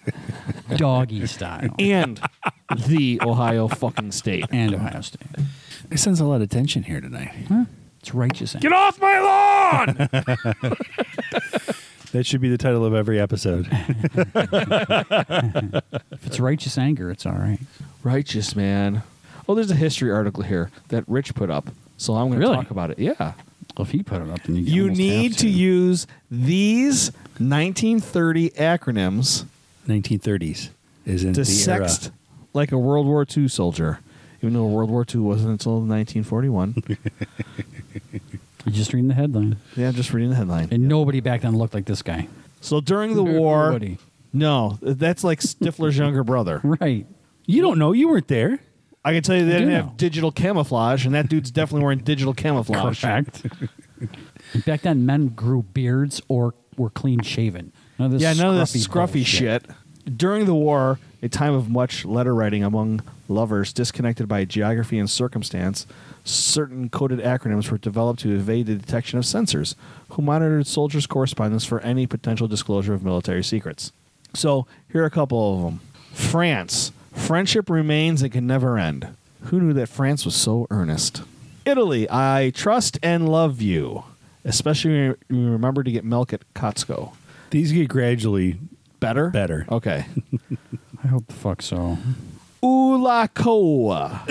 [SPEAKER 3] Doggy style.
[SPEAKER 2] and the Ohio fucking state.
[SPEAKER 3] And Ohio State.
[SPEAKER 1] It sends a lot of tension here tonight.
[SPEAKER 3] Huh? It's righteous. anger.
[SPEAKER 2] off my lawn!
[SPEAKER 1] That should be the title of every episode.
[SPEAKER 3] If it's righteous anger, it's all right.
[SPEAKER 2] Righteous man. Oh, there's a history article here that Rich put up, so I'm going to
[SPEAKER 3] Really?
[SPEAKER 2] talk about it. Yeah.
[SPEAKER 3] Well, if he put it up, then
[SPEAKER 2] You
[SPEAKER 3] almost
[SPEAKER 2] need
[SPEAKER 3] have
[SPEAKER 2] to use these 1930 acronyms
[SPEAKER 1] 1930s is in
[SPEAKER 2] to
[SPEAKER 1] the
[SPEAKER 2] sext
[SPEAKER 1] era.
[SPEAKER 2] like a World War II soldier, even though World War II wasn't until 1941.
[SPEAKER 3] I'm just reading the headline.
[SPEAKER 2] yeah, I'm just reading the headline.
[SPEAKER 3] And nobody back then looked like this guy.
[SPEAKER 2] so during the war,
[SPEAKER 3] Nobody.
[SPEAKER 2] no, that's like Stifler's younger brother.
[SPEAKER 3] Right.
[SPEAKER 1] You don't know. You weren't there.
[SPEAKER 2] I can tell you they
[SPEAKER 3] I do
[SPEAKER 2] didn't
[SPEAKER 3] know.
[SPEAKER 2] have digital camouflage, and that dude's definitely wearing digital camouflage.
[SPEAKER 3] Correct. back then, men grew beards or were clean shaven. None of this
[SPEAKER 2] yeah, none of this
[SPEAKER 3] scruffy
[SPEAKER 2] scruffy shit. During the war, a time of much letter writing among lovers disconnected by geography and circumstance, certain coded acronyms were developed to evade the detection of censors, who monitored soldiers' correspondence for any potential disclosure of military secrets. So here are a couple of them France. Friendship remains and can never end. Who knew that France was so earnest? Italy. I trust and love you. Especially when you remember to get milk at Costco.
[SPEAKER 1] These get gradually
[SPEAKER 2] Better?
[SPEAKER 1] better.
[SPEAKER 2] Okay.
[SPEAKER 3] I hope the fuck so.
[SPEAKER 2] Ulakoa.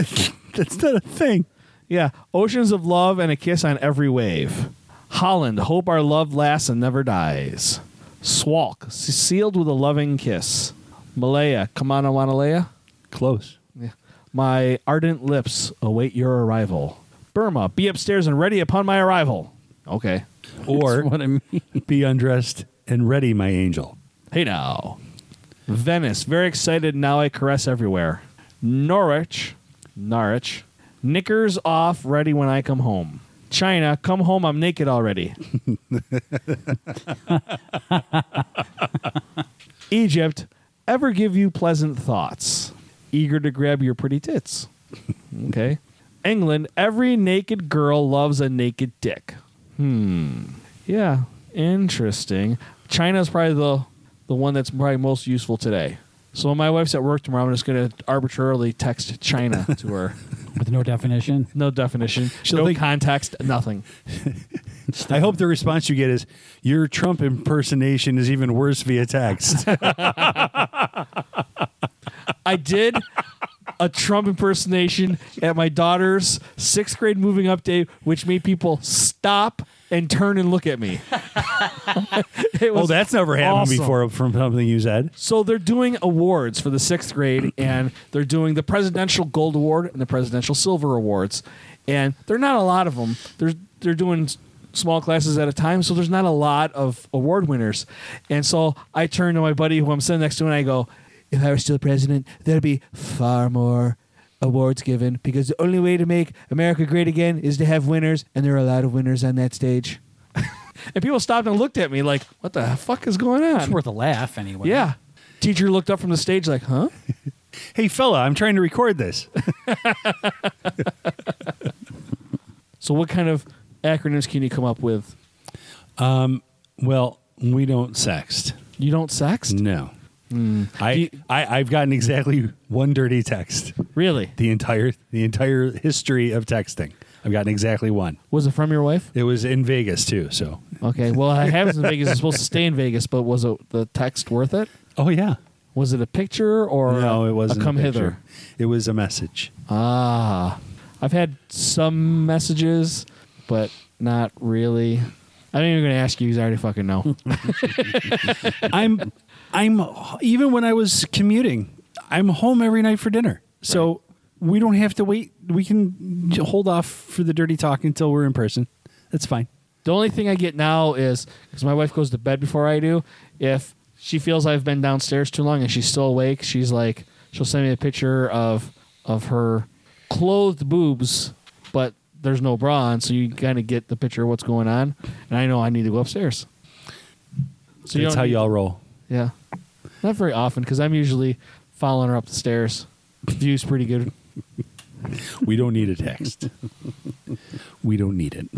[SPEAKER 1] That's not a thing.
[SPEAKER 2] Yeah. Oceans of love and a kiss on every wave. Holland. Hope our love lasts and never dies. Swalk. s- Sealed with a loving kiss. Malaya. Kamana Wanalea.
[SPEAKER 1] Close.
[SPEAKER 2] Yeah. My ardent lips await your arrival. Burma. Be upstairs and ready upon my arrival. Okay.
[SPEAKER 1] Or
[SPEAKER 3] That's what I mean.
[SPEAKER 1] be undressed and ready, my angel.
[SPEAKER 2] Hey now. Venice, very excited now I caress everywhere. Norwich, Norwich, knickers off, ready when I come home. China, come home, I'm naked already. Egypt, ever give you pleasant thoughts, eager to grab your pretty tits. Okay. England, every naked girl loves a naked dick. Yeah, interesting. China is probably the the one that's probably most useful today. So when my wife's at work tomorrow, I'm just going to arbitrarily text China to her.
[SPEAKER 3] With no definition.
[SPEAKER 2] No definition,
[SPEAKER 1] She'll
[SPEAKER 2] no
[SPEAKER 1] think-
[SPEAKER 2] context, nothing.
[SPEAKER 1] I hope the response you get is your Trump impersonation is even worse via text.
[SPEAKER 2] I did a Trump impersonation at my daughter's sixth grade moving up day, which made people stop and turn and look at me. it
[SPEAKER 1] oh,
[SPEAKER 2] was
[SPEAKER 1] that's never happened
[SPEAKER 2] awesome.
[SPEAKER 1] before from something you said.
[SPEAKER 2] So they're doing awards for the sixth grade, and they're doing the Presidential Gold Award and the Presidential Silver Awards, and there are not a lot of them. They're they're doing s- small classes at a time, so there's not a lot of award winners. And so I turn to my buddy who I'm sitting next to, and I go, "If I were still president, there'd be far more." Awards given because the only way to make America great again is to have winners, and there are a lot of winners on that stage. and people stopped and looked at me like, "What the fuck is going on?"
[SPEAKER 3] It's worth a laugh anyway.
[SPEAKER 2] Yeah. Teacher looked up from the stage like, huh?
[SPEAKER 1] Hey, fella, I'm trying to record this.
[SPEAKER 2] So what kind of acronyms can you come up with?
[SPEAKER 1] well, we don't sext.
[SPEAKER 2] You don't sext?
[SPEAKER 1] No.
[SPEAKER 3] Hmm.
[SPEAKER 1] I, I I've gotten exactly one dirty text.
[SPEAKER 2] Really?
[SPEAKER 1] The entire the entire history of texting. I've gotten exactly one.
[SPEAKER 2] Was it from your wife?
[SPEAKER 1] It was in Vegas too. So.
[SPEAKER 2] Okay. Well, I happens in Vegas. It's supposed to stay in Vegas, but was it the text worth it?
[SPEAKER 1] Oh yeah.
[SPEAKER 2] Was it a picture or
[SPEAKER 1] no, it wasn't.
[SPEAKER 2] a
[SPEAKER 1] a
[SPEAKER 2] come
[SPEAKER 1] picture.
[SPEAKER 2] hither?
[SPEAKER 1] It was a message.
[SPEAKER 2] Ah, I've had some messages, but not really. I'm not even going to ask you because I already fucking know.
[SPEAKER 1] I'm I'm even when I was commuting, I'm home every night for dinner. So we don't have to wait. We can j- hold off for the dirty talk until we're in person. That's fine.
[SPEAKER 2] the only thing I get now is because my wife goes to bed before I do. If she feels I've been downstairs too long and she's still awake, she's like, she'll send me a picture of of her clothed boobs, but there's no bra on, so you kind of get the picture of what's going on. And I know I need to go upstairs. So you
[SPEAKER 1] That's
[SPEAKER 2] don't
[SPEAKER 1] how
[SPEAKER 2] need-
[SPEAKER 1] y'all roll.
[SPEAKER 2] Yeah. Not very often because I'm usually following her up the stairs. View's pretty good.
[SPEAKER 1] We don't need a text. we don't need it.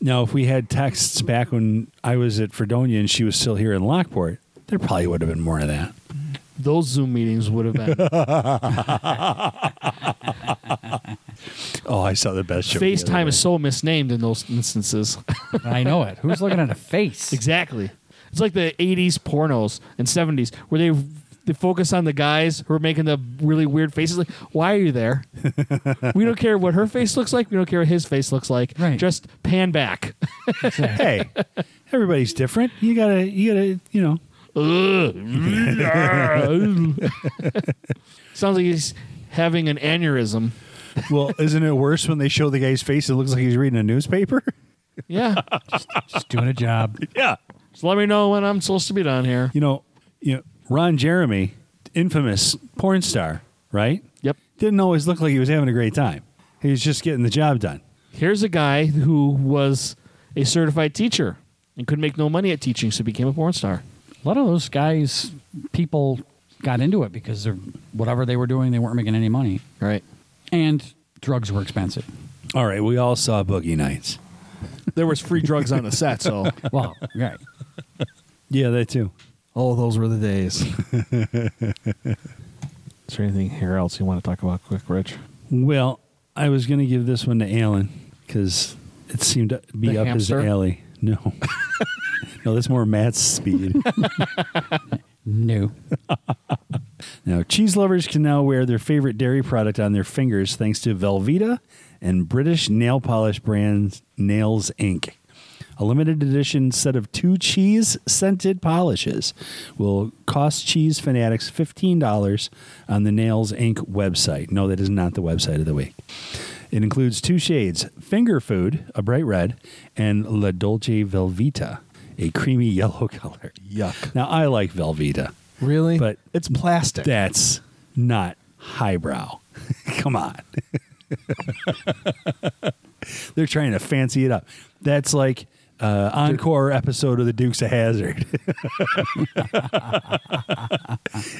[SPEAKER 1] Now, if we had texts back when I was at Fredonia and she was still here in Lockport, there probably would have been more of that.
[SPEAKER 2] Those Zoom meetings would have been
[SPEAKER 1] Oh, I saw the best show. the other
[SPEAKER 2] FaceTime
[SPEAKER 1] day.
[SPEAKER 2] is so misnamed in those instances.
[SPEAKER 3] I know it. Who's looking at a face?
[SPEAKER 2] exactly. It's like the 80s pornos and 70s where they they focus on the guys who are making the really weird faces like why are you there? we don't care what her face looks like, we don't care what his face looks like.
[SPEAKER 3] Right.
[SPEAKER 2] Just pan back.
[SPEAKER 1] Hey, everybody's different. You gotta, you gotta, you know.
[SPEAKER 2] Sounds like he's having an aneurysm.
[SPEAKER 1] Well, isn't it worse when they show the guy's face? It looks like he's reading a newspaper.
[SPEAKER 2] Yeah.
[SPEAKER 3] Just doing a job.
[SPEAKER 1] Yeah,
[SPEAKER 2] So let me know when I'm supposed to be down here.
[SPEAKER 1] you know, you know, Ron Jeremy, infamous porn star, right?
[SPEAKER 2] Yep.
[SPEAKER 1] Didn't always look like he was having a great time. He was just getting the job done.
[SPEAKER 2] Here's a guy who was a certified teacher and could make no money at teaching, so became a porn star.
[SPEAKER 3] A lot of those guys, people got into it because they're, whatever they were doing, they weren't making any money.
[SPEAKER 2] Right.
[SPEAKER 3] And drugs were expensive.
[SPEAKER 1] All right, we all saw Boogie Nights.
[SPEAKER 2] There was free drugs on the set, so
[SPEAKER 3] Well, right.
[SPEAKER 1] Yeah, that too.
[SPEAKER 2] oh, those were the days. Is there anything here else you want to talk about, quick, Rich?
[SPEAKER 1] Well, I was going to give this one to Alan because it seemed to be
[SPEAKER 2] The
[SPEAKER 1] up
[SPEAKER 2] hamster?
[SPEAKER 1] his alley. No. no, that's more Matt's speed.
[SPEAKER 3] No.
[SPEAKER 1] now, cheese lovers can now wear their favorite dairy product on their fingers thanks to Velveeta and British nail polish brand Nails Inc. A limited edition set of two cheese scented polishes will cost cheese fanatics $15 on the Nails Inc. website. No, that is not the website of the week. It includes two shades finger food, a bright red, and La Dolce Velveeta, a creamy yellow color.
[SPEAKER 2] Yuck.
[SPEAKER 1] Now, I like Velveeta.
[SPEAKER 2] Really?
[SPEAKER 1] But-
[SPEAKER 2] it's plastic.
[SPEAKER 1] That's not highbrow. Come on. They're trying to fancy it up. That's like uh, encore episode of the Dukes of Hazard.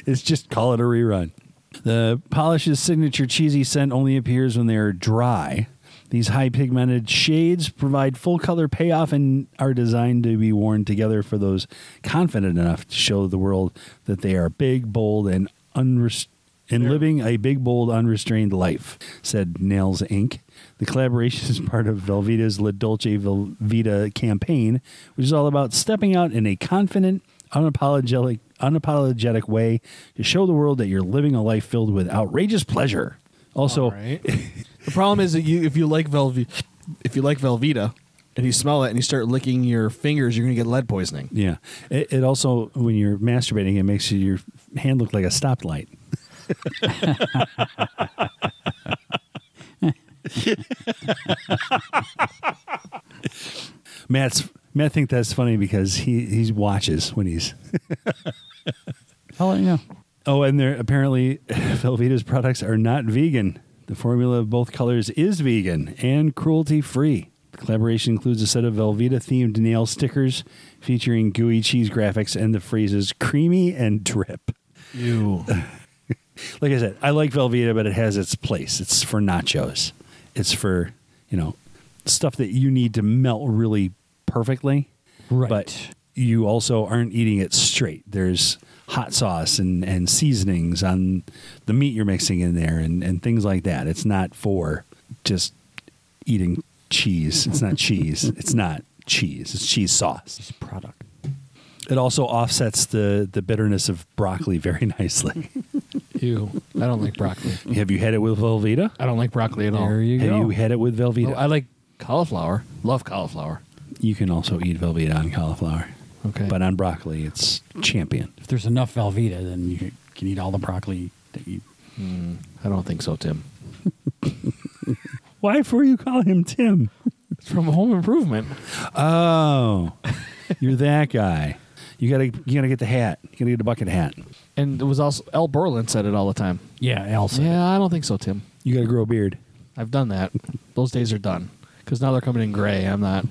[SPEAKER 1] it's just call it a rerun. The polish's signature cheesy scent only appears when they are dry. These high pigmented shades provide full color payoff and are designed to be worn together for those confident enough to show the world that they are big, bold, and unrest- and living a big, bold, unrestrained life, said Nails Inc. The collaboration is part of Velveeta's La Dolce Velveeta campaign, which is all about stepping out in a confident, unapologetic unapologetic way to show the world that you're living a life filled with outrageous pleasure. Also,
[SPEAKER 2] the problem is that you, if you like Velve- if you like Velveeta, and you smell it and you start licking your fingers, you're going to get lead poisoning.
[SPEAKER 1] yeah, it, it also when you're masturbating, it makes your hand look like a stoplight. Matt's Matt think that's funny because he he watches when he's
[SPEAKER 3] I'll let you know.
[SPEAKER 1] Oh, and they're apparently Velveeta's products are not vegan. The formula of both colors is vegan and cruelty free. The collaboration includes a set of Velveeta themed nail stickers featuring gooey cheese graphics and the phrases creamy and drip.
[SPEAKER 2] You.
[SPEAKER 1] Like I said, I like Velveeta, but it has its place. It's for nachos, it's for, you know, stuff that you need to melt really perfectly.
[SPEAKER 3] Right.
[SPEAKER 1] But you also aren't eating it straight. There's hot sauce and, and seasonings on the meat you're mixing in there and, and things like that. It's not for just eating cheese. It's not cheese. It's not cheese. It's cheese sauce.
[SPEAKER 3] product.
[SPEAKER 1] It also offsets the, the bitterness of broccoli very nicely.
[SPEAKER 2] You. I don't like broccoli.
[SPEAKER 1] Have you had it with Velveeta?
[SPEAKER 2] I don't like broccoli at all.
[SPEAKER 3] There you
[SPEAKER 1] Have
[SPEAKER 3] go.
[SPEAKER 1] you had it with Velveeta?
[SPEAKER 2] Oh, I like cauliflower. Love cauliflower.
[SPEAKER 1] you can also eat Velveeta on cauliflower.
[SPEAKER 2] Okay.
[SPEAKER 1] But on broccoli, it's champion.
[SPEAKER 3] if there's enough Velveeta, then you can eat all the broccoli that you.
[SPEAKER 2] I don't think so, Tim.
[SPEAKER 1] Why for you call him Tim?
[SPEAKER 2] It's from Home Improvement.
[SPEAKER 1] Oh, you're that guy. You gotta, you gotta get the hat. You gotta get a bucket hat.
[SPEAKER 2] And it was also Al Berlin said it all the time.
[SPEAKER 3] Yeah, Elsa.
[SPEAKER 2] Yeah, I don't think so, Tim.
[SPEAKER 1] You gotta grow a beard.
[SPEAKER 2] I've done that. Those days are done because now they're coming in gray. I'm not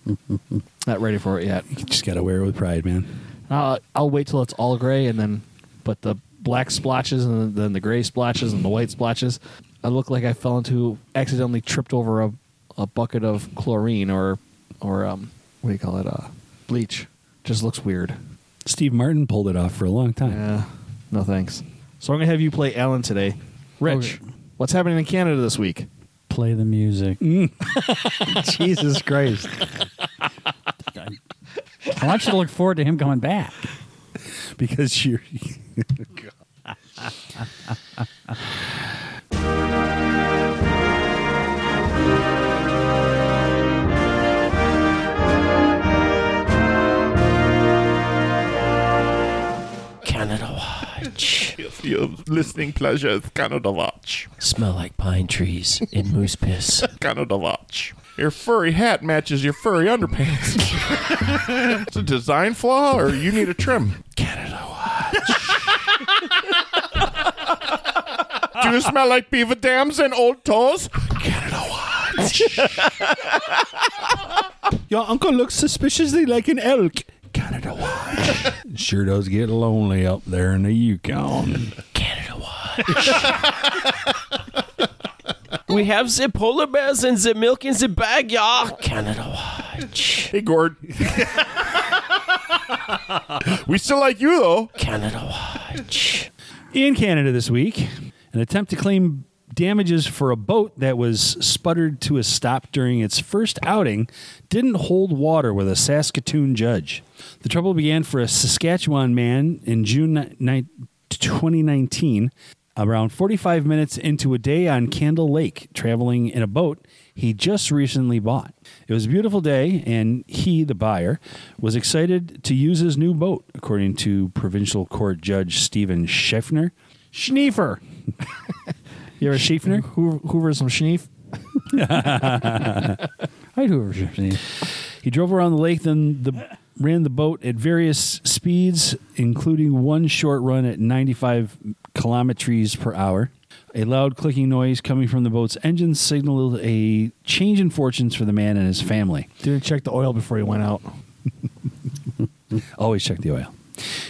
[SPEAKER 2] not ready for it yet.
[SPEAKER 1] You just gotta wear it with pride, man.
[SPEAKER 2] Uh, I'll wait till it's all gray and then, but the black splotches and then the gray splotches and the white splotches. I look like I fell into accidentally tripped over a, a bucket of chlorine or or um what do you call it uh bleach. Just looks weird.
[SPEAKER 1] Steve Martin pulled it off for a long time.
[SPEAKER 2] Yeah, no thanks. So I'm gonna have you play Alan today. Rich,
[SPEAKER 3] Okay.
[SPEAKER 2] what's happening in Canada this week?
[SPEAKER 3] Play the music.
[SPEAKER 1] Mm, Jesus Christ!
[SPEAKER 3] I want you to look forward to him coming back.
[SPEAKER 1] Because you're
[SPEAKER 4] Canada Watch.
[SPEAKER 5] Here's your listening pleasure is Canada Watch.
[SPEAKER 4] Smell like pine trees in moose piss.
[SPEAKER 5] Canada Watch. Your furry hat matches your furry underpants. it's a design flaw, or you need a trim.
[SPEAKER 4] Canada Watch.
[SPEAKER 5] Do you smell like beaver dams and old toes?
[SPEAKER 1] your uncle looks suspiciously like an elk. Canada watch. sure does get lonely up there in the Yukon.
[SPEAKER 4] Canada Watch. we have the polar bears and the milk in the bag, y'all. Canada Watch.
[SPEAKER 5] Hey, Gord. we still like you though.
[SPEAKER 4] Canada Watch.
[SPEAKER 1] in Canada this week, an attempt to claim damages for a boat that was sputtered to a stop during its first outing didn't hold water with a Saskatoon judge. The trouble began for a Saskatchewan man in June ni- ni- 2019. Around 45 minutes into a day on Candle Lake, traveling in a boat he just recently bought. It was a beautiful day, and he, the buyer, was excited to use his new boat, according to Provincial Court Judge Stephen Scheffner. Schneefer.
[SPEAKER 2] You ever
[SPEAKER 1] Schaffner?
[SPEAKER 2] Hoover, Hoover some schneef?
[SPEAKER 3] I do appreciate it.
[SPEAKER 1] He drove around the lake, then the, ran the boat at various speeds, including one short run at 95 kilometers per hour. A loud clicking noise coming from the boat's engine signaled a change in fortunes for the man and his family.
[SPEAKER 2] Didn't check the oil before you went out.
[SPEAKER 1] Always check the oil.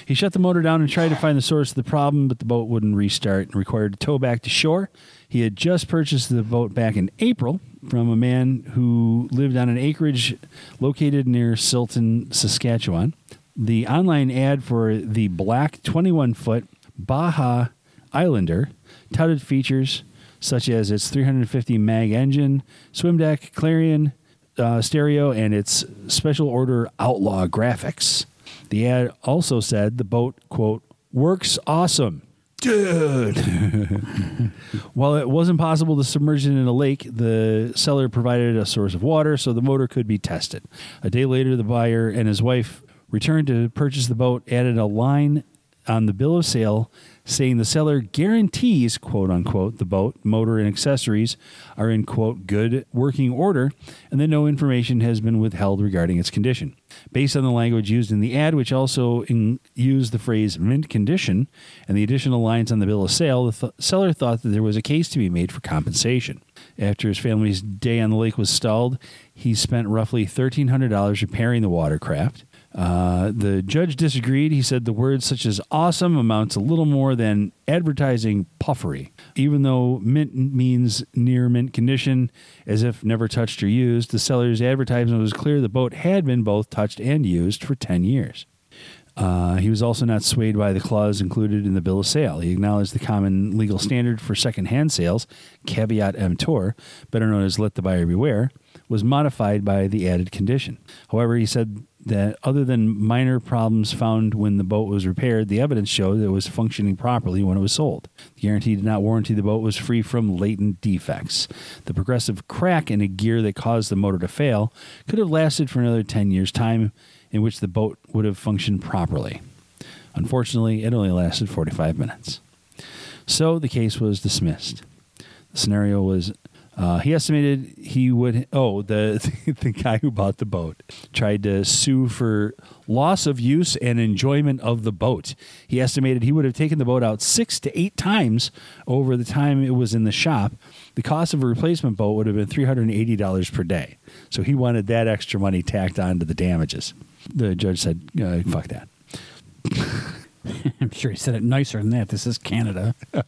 [SPEAKER 1] He shut the motor down and tried to find the source of the problem, but the boat wouldn't restart and required a tow back to shore. He had just purchased the boat back in April from a man who lived on an acreage located near Silton, Saskatchewan. The online ad for the black 21 foot Baja Islander touted features such as its 350 mag engine, swim deck, clarion, uh, stereo, and its special order outlaw graphics. The ad also said the boat, quote, works awesome. Dude. While it wasn't possible to submerge it in a lake, the seller provided a source of water so the motor could be tested. A day later, the buyer and his wife returned to purchase the boat, added a line on the bill of sale saying the seller guarantees, quote unquote, the boat, motor, and accessories are in, quote, good working order, and that no information has been withheld regarding its condition. Based on the language used in the ad, which also in, used the phrase mint condition and the additional lines on the bill of sale, the th- seller thought that there was a case to be made for compensation. After his family's day on the lake was stalled, he spent roughly $1,300 repairing the watercraft. Uh, the judge disagreed. He said the words such as awesome amounts to little more than advertising puffery. Even though mint means near mint condition, as if never touched or used, the seller's advertisement was clear the boat had been both touched and used for 10 years. Uh, he was also not swayed by the clause included in the bill of sale. He acknowledged the common legal standard for secondhand sales, caveat emptor, better known as let the buyer beware, was modified by the added condition. However, he said that other than minor problems found when the boat was repaired, the evidence showed that it was functioning properly when it was sold. The guarantee did not warranty the boat was free from latent defects. The progressive crack in a gear that caused the motor to fail could have lasted for another 10 years' time in which the boat would have functioned properly. Unfortunately, it only lasted 45 minutes. So the case was dismissed. The scenario was uh, he estimated he would. Oh, the, the guy who bought the boat tried to sue for loss of use and enjoyment of the boat. He estimated he would have taken the boat out six to eight times over the time it was in the shop. The cost of a replacement boat would have been $380 per day. So he wanted that extra money tacked on to the damages. The judge said, uh, fuck that.
[SPEAKER 3] I'm sure he said it nicer than that. This is Canada.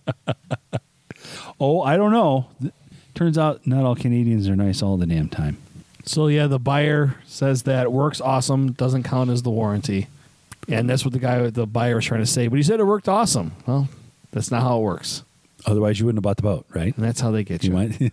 [SPEAKER 1] Oh, I don't know. Th- Turns out not all Canadians are nice all the damn time.
[SPEAKER 2] So yeah, the buyer says that works awesome doesn't count as the warranty, and that's what the guy, the buyer, was trying to say. But he said it worked awesome. Well, that's not how it works,
[SPEAKER 1] Otherwise, you wouldn't have bought the boat, right?
[SPEAKER 2] and that's how they get you.
[SPEAKER 1] You might.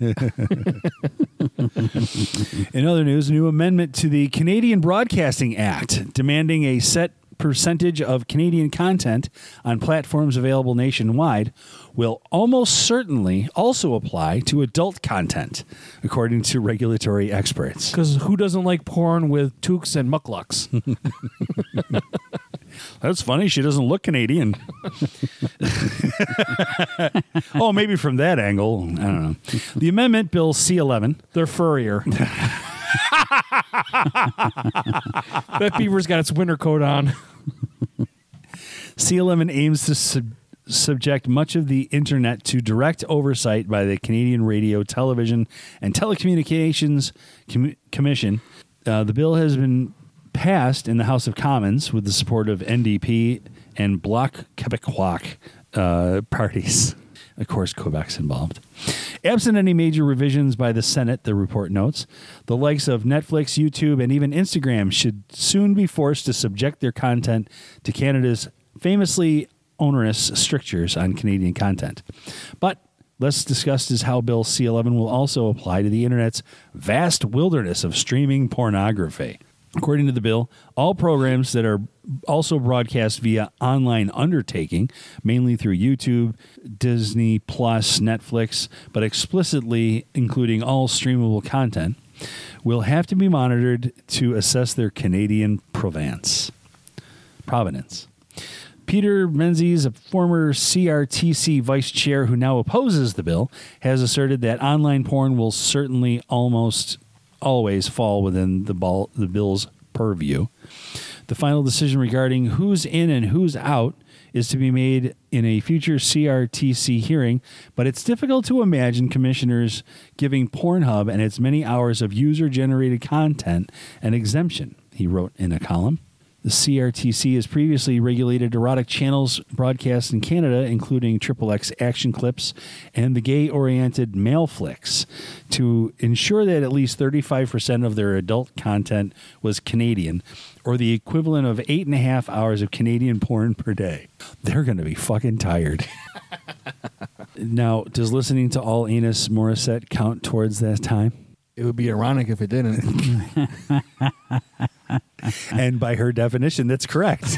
[SPEAKER 1] In other news, a new amendment to the Canadian Broadcasting Act demanding a set percentage of Canadian content on platforms available nationwide will almost certainly also apply to adult content, according to regulatory experts.
[SPEAKER 2] Because who doesn't like porn with toques and mucklucks?
[SPEAKER 1] That's funny. She doesn't look Canadian. oh, maybe from that angle. I don't know. The amendment, Bill C 11.
[SPEAKER 2] They're furrier. that beaver's got its winter coat on.
[SPEAKER 1] C11 aims to sub- subject much of the internet to direct oversight by the Canadian Radio, Television, and Telecommunications Com- Commission. Uh, the bill has been passed in the House of Commons with the support of NDP and Bloc Quebecois uh, parties. Of course, Quebec's involved. Absent any major revisions by the Senate, the report notes, the likes of Netflix, YouTube, and even Instagram should soon be forced to subject their content to Canada's famously onerous strictures on Canadian content. But less discussed is how Bill C 11 will also apply to the internet's vast wilderness of streaming pornography. According to the bill, all programs that are also broadcast via online undertaking, mainly through YouTube, Disney Plus, Netflix, but explicitly including all streamable content, will have to be monitored to assess their Canadian provenance. Provenance. Peter Menzies, a former CRTC vice chair who now opposes the bill, has asserted that online porn will certainly almost always fall within the, ball, the bill's purview. The final decision regarding who's in and who's out is to be made in a future CRTC hearing, but it's difficult to imagine commissioners giving Pornhub and its many hours of user generated content an exemption, he wrote in a column. The CRTC has previously regulated erotic channels broadcast in Canada, including XXX action clips and the gay oriented male flicks, to ensure that at least 35% of their adult content was Canadian, or the equivalent of eight and a half hours of Canadian porn per day. They're going to be fucking tired. now, does listening to all Enos Morissette count towards that time?
[SPEAKER 2] It would be ironic if it didn't.
[SPEAKER 1] and by her definition, that's correct.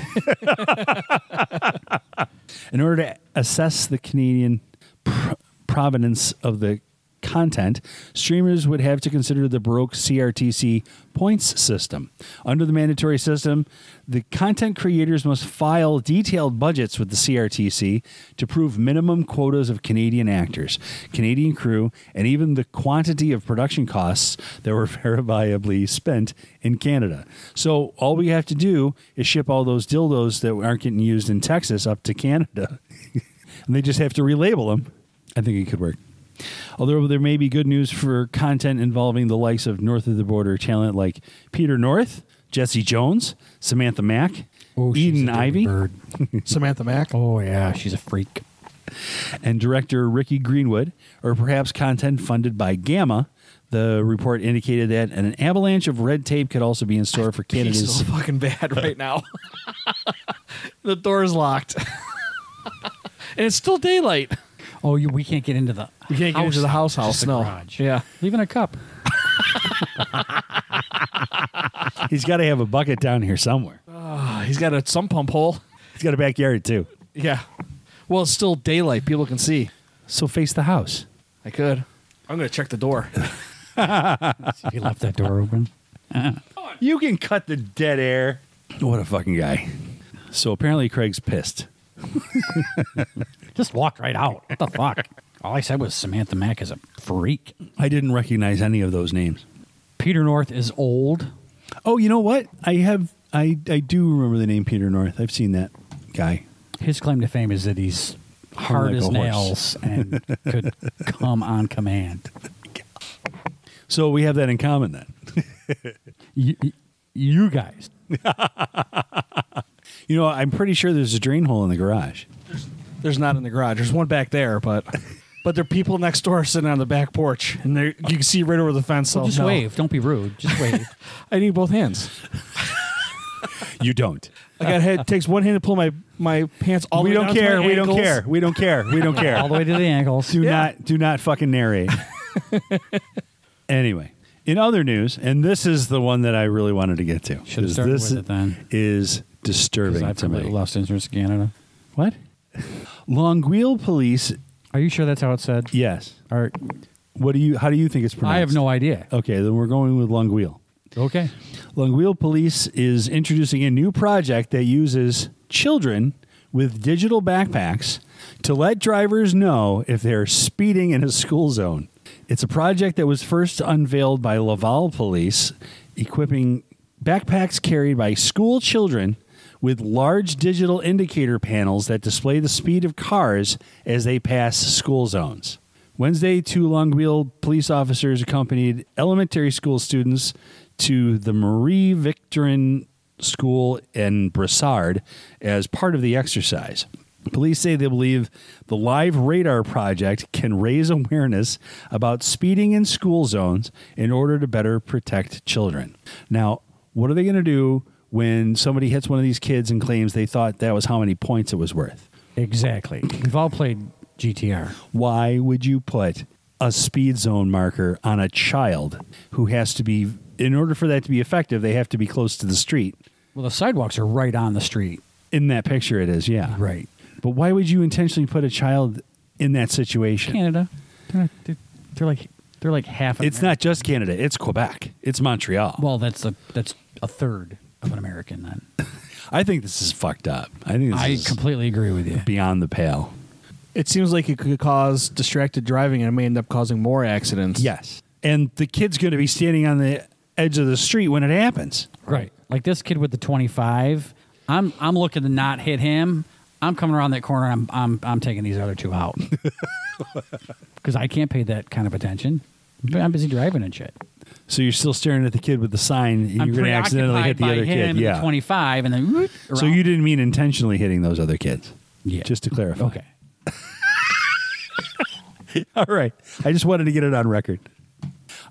[SPEAKER 1] In order to assess the Canadian pr- provenance of the content, streamers would have to consider the Baroque CRTC points system. Under the mandatory system, the content creators must file detailed budgets with the CRTC to prove minimum quotas of Canadian actors, Canadian crew, and even the quantity of production costs that were verifiably spent in Canada. So all we have to do is ship all those dildos that aren't getting used in Texas up to Canada, and they just have to relabel them. I think it could work. Although there may be good news for content involving the likes of North of the Border talent like Peter North, Jesse Jones, Samantha Mack,
[SPEAKER 3] Oh, she's
[SPEAKER 1] Eden
[SPEAKER 3] a dirty
[SPEAKER 1] Ivy,
[SPEAKER 3] bird.
[SPEAKER 2] Samantha Mack.
[SPEAKER 3] Oh yeah, she's a freak.
[SPEAKER 1] and director Ricky Greenwood, or perhaps content funded by Gamma. The report indicated that an avalanche of red tape could also be in store for
[SPEAKER 2] He's
[SPEAKER 1] Canada's
[SPEAKER 2] so fucking bad right now. the door is locked, and it's still daylight.
[SPEAKER 3] Oh, you, we can't get into the
[SPEAKER 2] We can't get into the house house.
[SPEAKER 3] just the
[SPEAKER 2] no.
[SPEAKER 3] garage.
[SPEAKER 2] Yeah.
[SPEAKER 3] leaving a cup.
[SPEAKER 1] He's got to have a bucket down here somewhere.
[SPEAKER 2] Uh, he's got a sump pump hole.
[SPEAKER 1] He's got a backyard too.
[SPEAKER 2] Yeah. Well, it's still daylight. People can see.
[SPEAKER 1] So face the house.
[SPEAKER 2] I could. I'm gonna check the door.
[SPEAKER 3] If you left that door open.
[SPEAKER 1] You can cut the dead air. What a fucking guy. So apparently Craig's pissed.
[SPEAKER 3] Just walk right out. What the fuck? All I said was Samantha Mack is a freak.
[SPEAKER 1] I didn't recognize any of those names.
[SPEAKER 3] Peter North is old.
[SPEAKER 1] Oh, you know what? I have I I do remember the name Peter North. I've seen that guy.
[SPEAKER 3] His claim to fame is that he's
[SPEAKER 1] Like
[SPEAKER 3] hard
[SPEAKER 1] a
[SPEAKER 3] as
[SPEAKER 1] horse.
[SPEAKER 3] nails and could come on command.
[SPEAKER 1] So we have that in common then.
[SPEAKER 3] You, you guys,
[SPEAKER 1] You know, I'm pretty sure there's a drain hole in the garage.
[SPEAKER 2] There's not in the garage. There's one back there, but but there are people next door sitting on the back porch, and they're- you can see right over the fence. so
[SPEAKER 3] just
[SPEAKER 2] no.
[SPEAKER 3] wave. Don't be rude. Just wave.
[SPEAKER 2] I need both hands.
[SPEAKER 1] You don't.
[SPEAKER 2] I got head takes one hand to pull my my pants all
[SPEAKER 1] we
[SPEAKER 2] the way
[SPEAKER 1] don't
[SPEAKER 2] down to
[SPEAKER 1] care.
[SPEAKER 2] my
[SPEAKER 1] We don't
[SPEAKER 2] ankles.
[SPEAKER 1] care. We don't care. We don't care.
[SPEAKER 3] all the way to the ankles.
[SPEAKER 1] Do not do not fucking narrate. anyway, in other news, and this is the one that I really wanted to get to.
[SPEAKER 3] Should've
[SPEAKER 1] 'cause
[SPEAKER 3] started
[SPEAKER 1] this
[SPEAKER 3] with it then.
[SPEAKER 1] is disturbing
[SPEAKER 3] I've
[SPEAKER 1] to me.
[SPEAKER 3] completely lost interest in Canada.
[SPEAKER 1] What? Longueuil police.
[SPEAKER 3] Are you sure that's how it said?
[SPEAKER 1] Yes.
[SPEAKER 3] Or,
[SPEAKER 1] What do you? How do you think it's pronounced?
[SPEAKER 3] I have no idea.
[SPEAKER 1] Okay, then we're going with Longueuil.
[SPEAKER 3] Okay.
[SPEAKER 1] Longueuil Police is introducing a new project that uses children with digital backpacks to let drivers know if they're speeding in a school zone. It's a project that was first unveiled by Laval Police, equipping backpacks carried by school children with large digital indicator panels that display the speed of cars as they pass school zones. Wednesday, two Longueuil police officers accompanied elementary school students to the Marie Victorin School in Brassard as part of the exercise. Police say they believe the live radar project can raise awareness about speeding in school zones in order to better protect children. Now, what are they going to do when somebody hits one of these kids and claims they thought that was how many points it was worth?
[SPEAKER 3] Exactly. We've all played GTR.
[SPEAKER 1] why would you put a speed zone marker on a child who has to be in order for that to be effective they have to be close to the street
[SPEAKER 3] Well, the sidewalks are right on the street.
[SPEAKER 1] in that picture it is yeah
[SPEAKER 3] Right.
[SPEAKER 1] but why would you intentionally put a child in that situation
[SPEAKER 3] Canada. They're, not, they're, they're like they're like half.
[SPEAKER 1] it's
[SPEAKER 3] Ameri-
[SPEAKER 1] not just canada it's quebec it's montreal
[SPEAKER 3] Well, that's a that's a third of an American. Then
[SPEAKER 1] i think this is fucked up i think this
[SPEAKER 3] I
[SPEAKER 1] is
[SPEAKER 3] completely agree with you.
[SPEAKER 1] beyond the pale
[SPEAKER 2] It seems like it could cause distracted driving, and it may end up causing more accidents.
[SPEAKER 1] yes and the kid's going to be standing on the edge of the street when it happens
[SPEAKER 3] Right. Like this kid with the 25. I'm I'm looking to not hit him. I'm coming around that corner. I'm I'm I'm taking these other two out. Cuz I can't pay that kind of attention. I'm busy driving and shit.
[SPEAKER 1] so you're still staring at the kid with the sign and
[SPEAKER 3] I'm
[SPEAKER 1] you're going to accidentally hit
[SPEAKER 3] preoccupied
[SPEAKER 1] the
[SPEAKER 3] by
[SPEAKER 1] other
[SPEAKER 3] him
[SPEAKER 1] kid
[SPEAKER 3] and the
[SPEAKER 1] yeah
[SPEAKER 3] 25 and then whoop,
[SPEAKER 1] So
[SPEAKER 3] around.
[SPEAKER 1] you didn't mean intentionally hitting those other kids?
[SPEAKER 3] Yeah.
[SPEAKER 1] Just to clarify.
[SPEAKER 3] Okay.
[SPEAKER 1] All right. I just wanted to get it on record.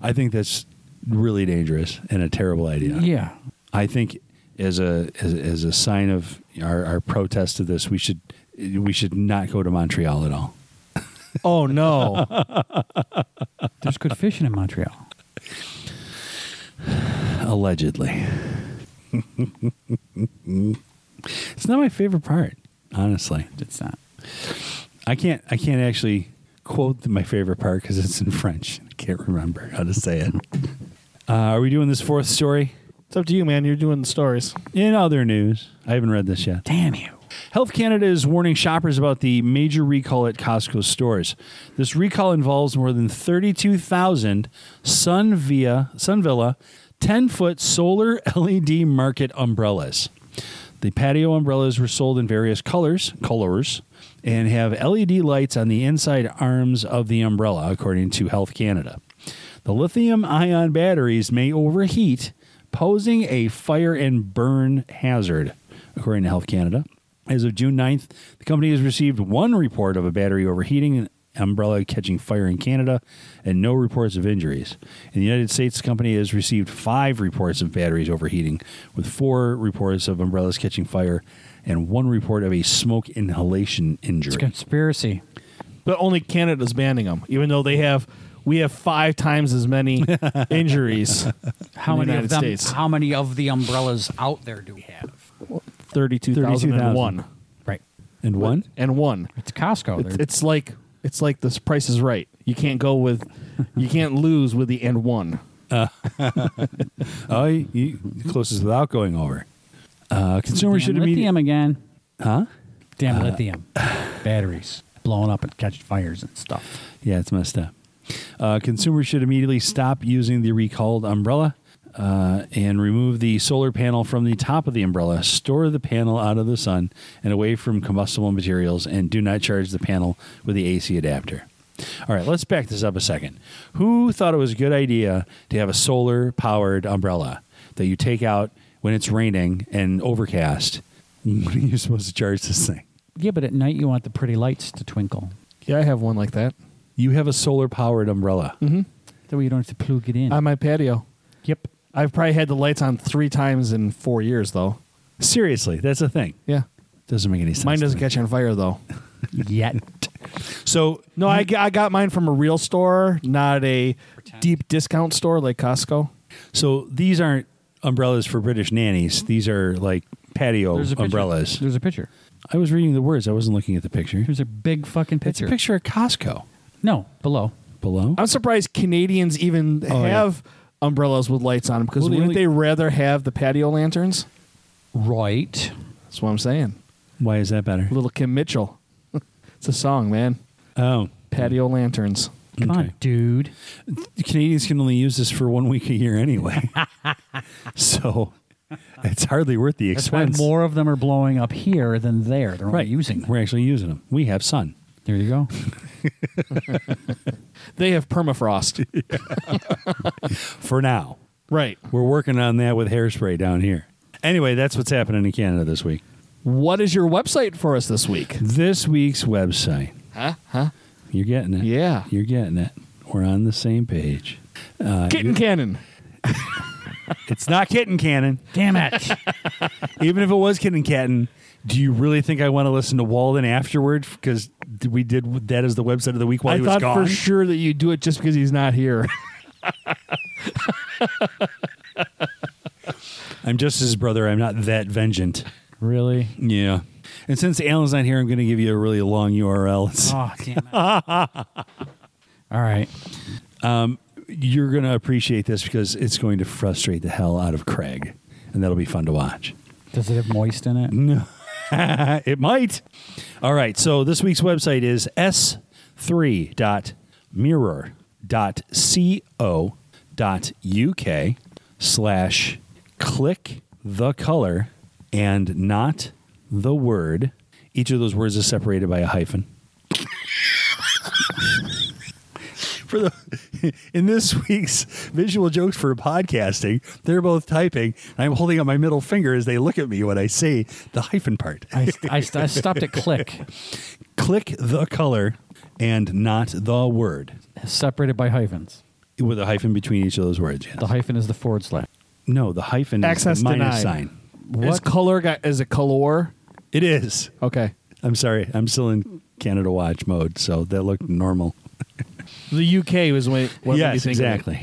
[SPEAKER 1] I think that's really dangerous and a terrible idea.
[SPEAKER 3] Yeah.
[SPEAKER 1] I think as a as, as a sign of our, our protest to this, we should we should not go to Montreal at all.
[SPEAKER 2] Oh no.
[SPEAKER 3] There's good fishing in Montreal.
[SPEAKER 1] Allegedly. it's not my favorite part, honestly.
[SPEAKER 3] It's not.
[SPEAKER 1] I can't. I can't actually quote my favorite part because it's in French. I can't remember how to say it. Uh, are we doing this fourth story?
[SPEAKER 2] It's up to you, man. You're doing the stories.
[SPEAKER 1] In other news, I haven't read this yet.
[SPEAKER 3] Damn you.
[SPEAKER 1] Health Canada is warning shoppers about the major recall at Costco stores. This recall involves more than 32,000 Sun Via Sun Villa 10-foot solar E LED market umbrellas. The patio umbrellas were sold in various colors, colors, and have LED lights on the inside arms of the umbrella, according to Health Canada. The lithium ion batteries may overheat, posing a fire and burn hazard, according to Health Canada. As of June 9th, the company has received one report of a battery overheating and umbrella catching fire in Canada and no reports of injuries. In the United States, the company has received five reports of batteries overheating, with four reports of umbrellas catching fire and one report of a smoke inhalation
[SPEAKER 3] It's a
[SPEAKER 1] injury.
[SPEAKER 3] conspiracy.
[SPEAKER 2] But only Canada's banning them, even though they have we have five times as many injuries. in
[SPEAKER 3] How
[SPEAKER 2] the
[SPEAKER 3] many
[SPEAKER 2] United
[SPEAKER 3] of them?
[SPEAKER 2] States.
[SPEAKER 3] How many of the umbrellas out there do we have?
[SPEAKER 2] Thirty-two thousand and one,
[SPEAKER 1] 32,000.
[SPEAKER 3] Right.
[SPEAKER 1] And one?
[SPEAKER 2] and one.
[SPEAKER 3] It's Costco.
[SPEAKER 2] It's,
[SPEAKER 3] They're-
[SPEAKER 2] it's like it's like this Price is Right. You can't go with, you can't lose with the and one.
[SPEAKER 1] Oh, you, you- closest without going over. Uh,
[SPEAKER 3] damn
[SPEAKER 1] consumer should immediately.
[SPEAKER 3] lithium again. Huh? Damn lithium batteries blowing up and catching fires and stuff.
[SPEAKER 1] Yeah, it's messed up. Uh, consumers should immediately stop using the recalled umbrella uh, and remove the solar panel from the top of the umbrella. Store the panel out of the sun and away from combustible materials, and do not charge the panel with the AC adapter. All right, let's back this up a second. Who thought it was a good idea to have a solar powered umbrella that you take out when it's raining and overcast? When are you supposed to charge this thing?
[SPEAKER 3] Yeah, but at night you want the pretty lights to twinkle.
[SPEAKER 2] Yeah, I have one like that
[SPEAKER 1] You have a solar powered umbrella.
[SPEAKER 3] That way you don't have to plug it in.
[SPEAKER 2] on my patio.
[SPEAKER 3] yep.
[SPEAKER 2] I've probably had the lights on three times in four years though.
[SPEAKER 1] Seriously, that's a thing.
[SPEAKER 2] Yeah,
[SPEAKER 1] Doesn't make any sense.
[SPEAKER 2] mine
[SPEAKER 1] to
[SPEAKER 2] doesn't
[SPEAKER 1] me.
[SPEAKER 2] catch on fire though.
[SPEAKER 3] Yet.
[SPEAKER 1] So
[SPEAKER 2] No, I, g- I got mine from a real store, not a deep discount store like Costco.
[SPEAKER 1] so these aren't umbrellas for British nannies. These are like patio
[SPEAKER 3] There's a picture.
[SPEAKER 1] umbrellas.
[SPEAKER 3] There's a picture.
[SPEAKER 1] I was reading the words. I wasn't looking at the picture.
[SPEAKER 3] There's a big fucking
[SPEAKER 1] It's
[SPEAKER 3] picture.
[SPEAKER 1] a picture of Costco
[SPEAKER 3] No, below.
[SPEAKER 1] below.
[SPEAKER 2] I'm surprised Canadians even
[SPEAKER 1] Oh, yeah.
[SPEAKER 2] have umbrellas with lights on them because
[SPEAKER 1] Well, the
[SPEAKER 2] wouldn't
[SPEAKER 1] only-
[SPEAKER 2] they rather have the patio lanterns?
[SPEAKER 3] Right.
[SPEAKER 2] That's what I'm saying.
[SPEAKER 1] Why is that better?
[SPEAKER 2] Little Kim Mitchell. it's a song, man.
[SPEAKER 1] Oh,
[SPEAKER 2] Patio lanterns.
[SPEAKER 3] Come
[SPEAKER 1] Okay.
[SPEAKER 3] on, dude.
[SPEAKER 1] the Canadians can only use this for one week a year anyway. so it's hardly worth the
[SPEAKER 3] That's why
[SPEAKER 1] expense.
[SPEAKER 3] more of them are blowing up here than there. They're
[SPEAKER 1] right,
[SPEAKER 3] only using them.
[SPEAKER 1] We're actually using them. We have sun.
[SPEAKER 3] There you go.
[SPEAKER 2] They have permafrost.
[SPEAKER 1] For now,
[SPEAKER 2] right.
[SPEAKER 1] we're working on that with hairspray down here. Anyway, that's what's happening in Canada this week.
[SPEAKER 2] What is your website for us this week?
[SPEAKER 1] This week's website.
[SPEAKER 2] Huh? Huh?
[SPEAKER 1] You're getting it.
[SPEAKER 2] Yeah.
[SPEAKER 1] You're getting it. We're on the same page.
[SPEAKER 2] Kitten Cannon.
[SPEAKER 1] It's not kitten cannon.
[SPEAKER 3] Damn it.
[SPEAKER 1] Even if it was kitten cannon, do you really think I want to listen to Walden afterward? Because we did that as the website of the week while
[SPEAKER 2] I
[SPEAKER 1] Oh, he was
[SPEAKER 2] thought
[SPEAKER 1] gone.
[SPEAKER 2] for sure that you'd do it just because he's not here.
[SPEAKER 1] I'm just his brother. I'm not that vengeant.
[SPEAKER 3] really?
[SPEAKER 1] Yeah. And since Alan's not here, I'm going to give you a really long URL. It's-
[SPEAKER 3] Oh, damn it. All right.
[SPEAKER 1] You're going to appreciate this because it's going to frustrate the hell out of Craig, and that'll be fun to watch.
[SPEAKER 3] Does it have moist in it?
[SPEAKER 1] it might. All right. So this week's website is s3.mirror.co.uk slash click the color and not the word. Each of those words is separated by a hyphen. For the in this week's visual jokes for podcasting, they're both typing. And I'm holding up my middle finger as they look at me when I say the hyphen part
[SPEAKER 3] I, I, I stopped at click,
[SPEAKER 1] click the color and not the word
[SPEAKER 3] separated by hyphens.
[SPEAKER 1] with a hyphen between each of those words. yes.
[SPEAKER 3] The hyphen is the forward slash.
[SPEAKER 1] no, the hyphen
[SPEAKER 2] Access
[SPEAKER 1] is the minus
[SPEAKER 2] denied.
[SPEAKER 1] sign.
[SPEAKER 2] Is color got is it color?
[SPEAKER 1] It is.
[SPEAKER 2] Okay.
[SPEAKER 1] I'm sorry. I'm still in Canada Watch mode, so that looked normal.
[SPEAKER 2] The UK was when what made you
[SPEAKER 1] yes,
[SPEAKER 2] think of it.
[SPEAKER 1] exactly.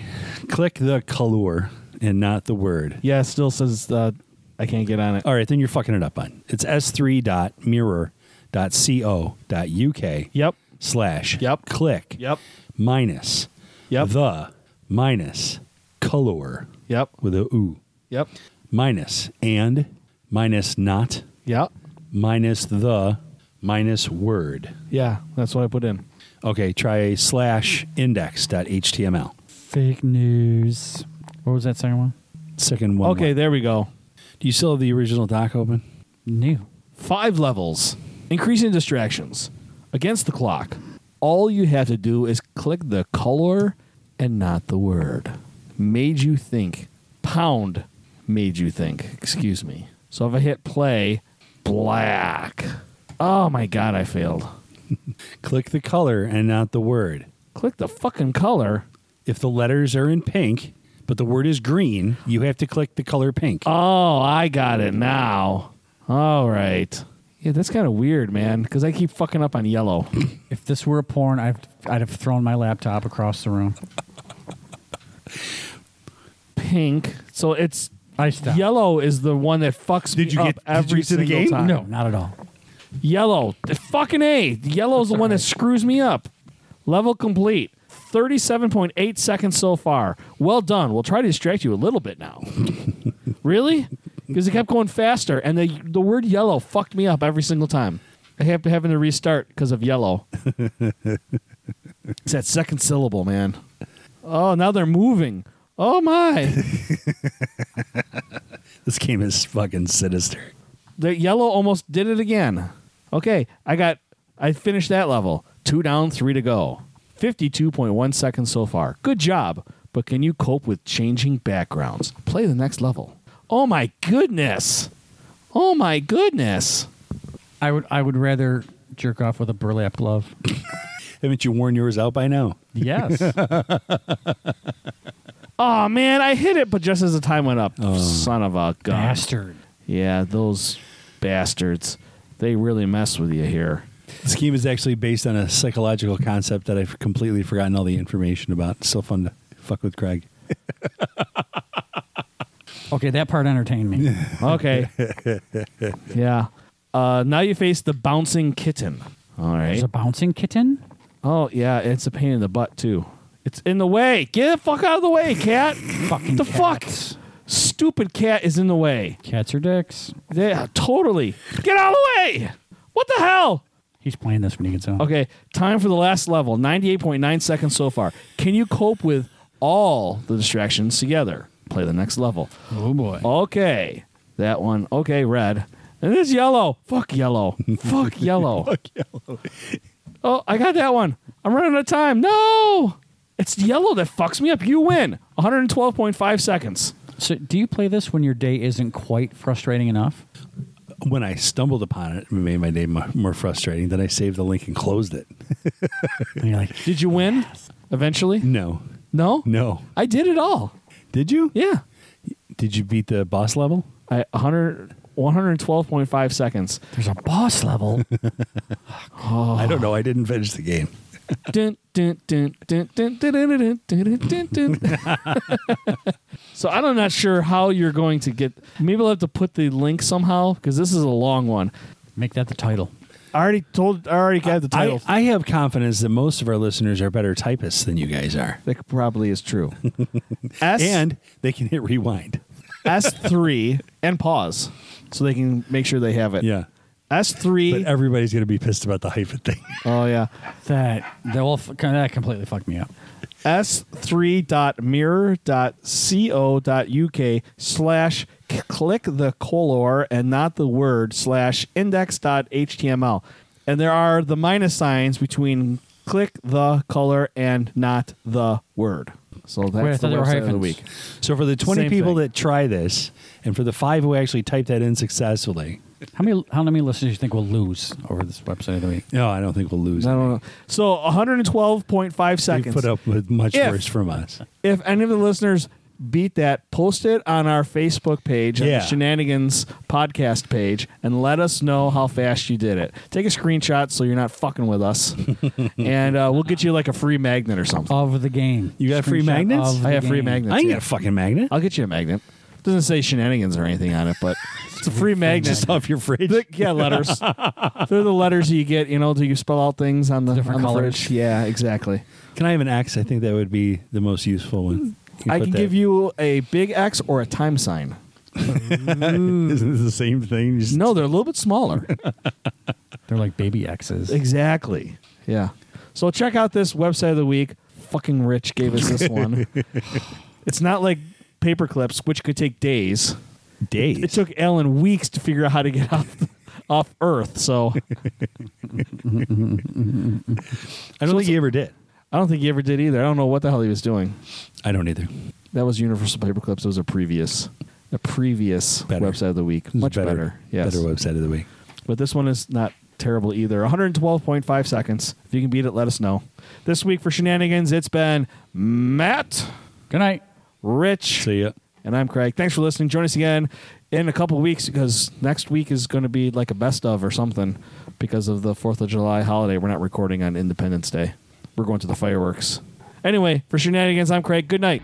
[SPEAKER 1] Click the color and not the word.
[SPEAKER 2] Yeah, it still says uh, I can't get on it.
[SPEAKER 1] All right, then you're fucking it up on. It's s3.mirror.co.uk
[SPEAKER 2] Yep.
[SPEAKER 1] slash
[SPEAKER 2] Yep.
[SPEAKER 1] click
[SPEAKER 2] Yep.
[SPEAKER 1] minus
[SPEAKER 2] Yep.
[SPEAKER 1] the minus color
[SPEAKER 2] Yep.
[SPEAKER 1] with a ooh.
[SPEAKER 2] Yep.
[SPEAKER 1] minus and minus not
[SPEAKER 2] Yep.
[SPEAKER 1] minus the minus word.
[SPEAKER 2] Yeah, that's what I put in.
[SPEAKER 1] Okay, try slash index.html.
[SPEAKER 3] Fake news. What was that second one?
[SPEAKER 1] Second one.
[SPEAKER 2] okay,
[SPEAKER 1] line.
[SPEAKER 2] there we go.
[SPEAKER 1] Do you still have the original doc open?
[SPEAKER 3] New.
[SPEAKER 2] Five levels. Increasing distractions. Against the clock. All you have to do is click the color and not the word. Made you think. Pound made you think. Excuse me. So if I hit play, black. Oh my god, I failed.
[SPEAKER 1] Click the color and not the word.
[SPEAKER 2] Click the fucking color.
[SPEAKER 1] If the letters are in pink, but the word is green, you have to click the color pink.
[SPEAKER 2] Oh, I got it now. All right. Yeah, that's kind of weird, man, because I keep fucking up on yellow.
[SPEAKER 3] If this were a porn, I've, I'd have thrown my laptop across the room.
[SPEAKER 2] Pink. So it's
[SPEAKER 3] I stopped.
[SPEAKER 2] yellow is the one that fucks
[SPEAKER 1] Did
[SPEAKER 2] me
[SPEAKER 1] you
[SPEAKER 2] up
[SPEAKER 1] get- did
[SPEAKER 2] every
[SPEAKER 1] you get to the
[SPEAKER 2] single
[SPEAKER 1] game?
[SPEAKER 2] time.
[SPEAKER 3] No, not at all.
[SPEAKER 2] Yellow. The fucking A. Yellow is the one that screws me up. Level complete. 37.8 seconds so far. Well done. We'll try to distract you a little bit now. really? Because it kept going faster, and the, the word yellow fucked me up every single time. I kept having to restart because of yellow. it's that second syllable, man. Oh, now they're moving. Oh, my.
[SPEAKER 1] This game is fucking sinister.
[SPEAKER 2] the yellow almost did it again. Okay, I got I finished that level. Two down, three to go. 52.1 seconds so far. Good job. But can you cope with changing backgrounds? Play the next level. Oh my goodness. Oh my goodness.
[SPEAKER 3] I would I would rather jerk off with a burlap glove.
[SPEAKER 1] Haven't you worn yours out by now?
[SPEAKER 3] Yes.
[SPEAKER 2] Oh man, I hit it, but just as the time went up, son of a gun.
[SPEAKER 3] Bastard.
[SPEAKER 2] Yeah, those bastards. They really mess with you here.
[SPEAKER 1] This game is actually based on a psychological concept that I've completely forgotten all the information about. It's so fun to fuck with Craig.
[SPEAKER 3] Okay, that part entertained me.
[SPEAKER 2] Okay. yeah. Uh, now you face the bouncing kitten. All right.
[SPEAKER 3] There's a bouncing kitten?
[SPEAKER 2] Oh yeah, it's a pain in the butt too. It's in the way. Get the fuck out of the way, cat.
[SPEAKER 3] Fucking
[SPEAKER 2] the
[SPEAKER 3] cats.
[SPEAKER 2] fuck. Stupid cat is in the way.
[SPEAKER 3] Cats are dicks.
[SPEAKER 2] Yeah, totally. Get out of the way. What the hell?
[SPEAKER 3] He's playing this when he gets home.
[SPEAKER 2] Okay, time for the last level. 98.9 seconds so far. Can you cope with all the distractions together? Play the next level.
[SPEAKER 3] Oh boy.
[SPEAKER 2] Okay. That one. Okay, red. And this yellow. Fuck yellow. Fuck yellow. Fuck yellow. Oh, I got that one. I'm running out of time. No. It's yellow that fucks me up. You win. 112.5 seconds.
[SPEAKER 3] So do you play this when your day isn't quite frustrating enough?
[SPEAKER 1] When I stumbled upon it, it made my day mo- more frustrating. Then I saved the link and closed it.
[SPEAKER 3] And you're like,
[SPEAKER 2] Did you win eventually?
[SPEAKER 1] No,
[SPEAKER 2] No?
[SPEAKER 1] no.
[SPEAKER 2] I did it all.
[SPEAKER 1] Did you?
[SPEAKER 2] Yeah.
[SPEAKER 1] Did you beat the boss level?
[SPEAKER 2] I 100 112.5 seconds.
[SPEAKER 3] there's a boss level.
[SPEAKER 1] I don't know. I didn't finish the game.
[SPEAKER 2] Dun, dun, dun, dun, dun, dun, dun, dun, dun, dun, dun, dun. so I'm not sure how you're going to get. Maybe I'll have to put the link somehow because this is a long one.
[SPEAKER 3] Make that the title.
[SPEAKER 2] I already told. I already got the
[SPEAKER 1] I,
[SPEAKER 2] title.
[SPEAKER 1] I have confidence that most of our listeners are better typists than you guys are,
[SPEAKER 2] that probably is true. S
[SPEAKER 1] and they can hit rewind.
[SPEAKER 2] S three and pause, so they can make sure they have it.
[SPEAKER 1] Yeah,
[SPEAKER 2] S three.
[SPEAKER 1] but uh, everybody's gonna be pissed about the hyphen thing.
[SPEAKER 2] oh yeah.
[SPEAKER 3] That that will f- that completely fucked me up.
[SPEAKER 2] S three dot mirror dot co dot uk slash c- click the color and not the word slash index dot html, and there are the minus signs between click the color and not the word. So that's
[SPEAKER 3] Wait, I
[SPEAKER 2] the
[SPEAKER 3] thought there
[SPEAKER 2] website
[SPEAKER 3] were
[SPEAKER 2] of the
[SPEAKER 3] hyphens.
[SPEAKER 2] week.
[SPEAKER 1] So for the twenty
[SPEAKER 2] Same
[SPEAKER 1] people
[SPEAKER 2] thing.
[SPEAKER 1] that try this, and for the five who actually type that in successfully,
[SPEAKER 3] How many how many listeners do you think will lose over this website of the week?
[SPEAKER 1] no, oh, I don't think we'll lose.
[SPEAKER 2] I don't know. So 112.5
[SPEAKER 1] They
[SPEAKER 2] seconds.
[SPEAKER 1] put up with much
[SPEAKER 2] If-
[SPEAKER 1] worse from us.
[SPEAKER 2] if any of the listeners beat that, post it on our Facebook page, on
[SPEAKER 1] Yeah.
[SPEAKER 2] the Shenanigans podcast page, and let us know how fast you did it. Take a screenshot so you're not fucking with us, and uh, we'll get you like a free magnet or something.
[SPEAKER 3] Of the game.
[SPEAKER 1] You got free
[SPEAKER 3] Screenshot
[SPEAKER 1] magnets?
[SPEAKER 3] of
[SPEAKER 2] I
[SPEAKER 3] Oh, the
[SPEAKER 2] have free
[SPEAKER 3] game.
[SPEAKER 2] magnets.
[SPEAKER 1] I ain't
[SPEAKER 2] yeah.
[SPEAKER 1] got a fucking magnet.
[SPEAKER 2] I'll get you a magnet. Doesn't say Shenanigans or anything on it, but it's a free magnet.
[SPEAKER 1] Just off your fridge.
[SPEAKER 2] The- yeah, letters. They're the letters you get, you know, do you spell out things on the
[SPEAKER 3] Different
[SPEAKER 2] on the
[SPEAKER 3] colors.
[SPEAKER 2] fridge. Yeah, exactly.
[SPEAKER 1] Can I have an X? I think that would be the most useful one.
[SPEAKER 2] I can give you a big X or a time sign.
[SPEAKER 1] Isn't this the same thing? Just-
[SPEAKER 2] No, they're a little bit smaller.
[SPEAKER 3] They're like baby X's.
[SPEAKER 2] Exactly. Yeah. So check out this website of the week. Fucking Rich gave us this one. it's not like paper clips, which could take days.
[SPEAKER 1] days.
[SPEAKER 2] It took Ellen weeks to figure out how to get off off Earth. So
[SPEAKER 1] I don't think he ever did.
[SPEAKER 2] I don't think he ever did either. I don't know what the hell he was doing.
[SPEAKER 1] I don't either.
[SPEAKER 2] That was Universal Paperclips. It was a previous, a previous
[SPEAKER 1] Better.
[SPEAKER 2] website of the week.
[SPEAKER 1] It was
[SPEAKER 2] Much better. Yes.
[SPEAKER 1] Better website of the week.
[SPEAKER 2] But this one is not terrible either. 112.5 seconds. If you can beat it, let us know. This week for shenanigans, it's been Matt,
[SPEAKER 3] Good night.
[SPEAKER 2] Rich,
[SPEAKER 1] See ya.
[SPEAKER 2] and I'm Craig. Thanks for listening. Join us again in a couple weeks because next week is going to be like a best of or something because of the 4th of July holiday. We're not recording on Independence Day. We're going to the fireworks. Anyway, for shenanigans, I'm Craig. Good night.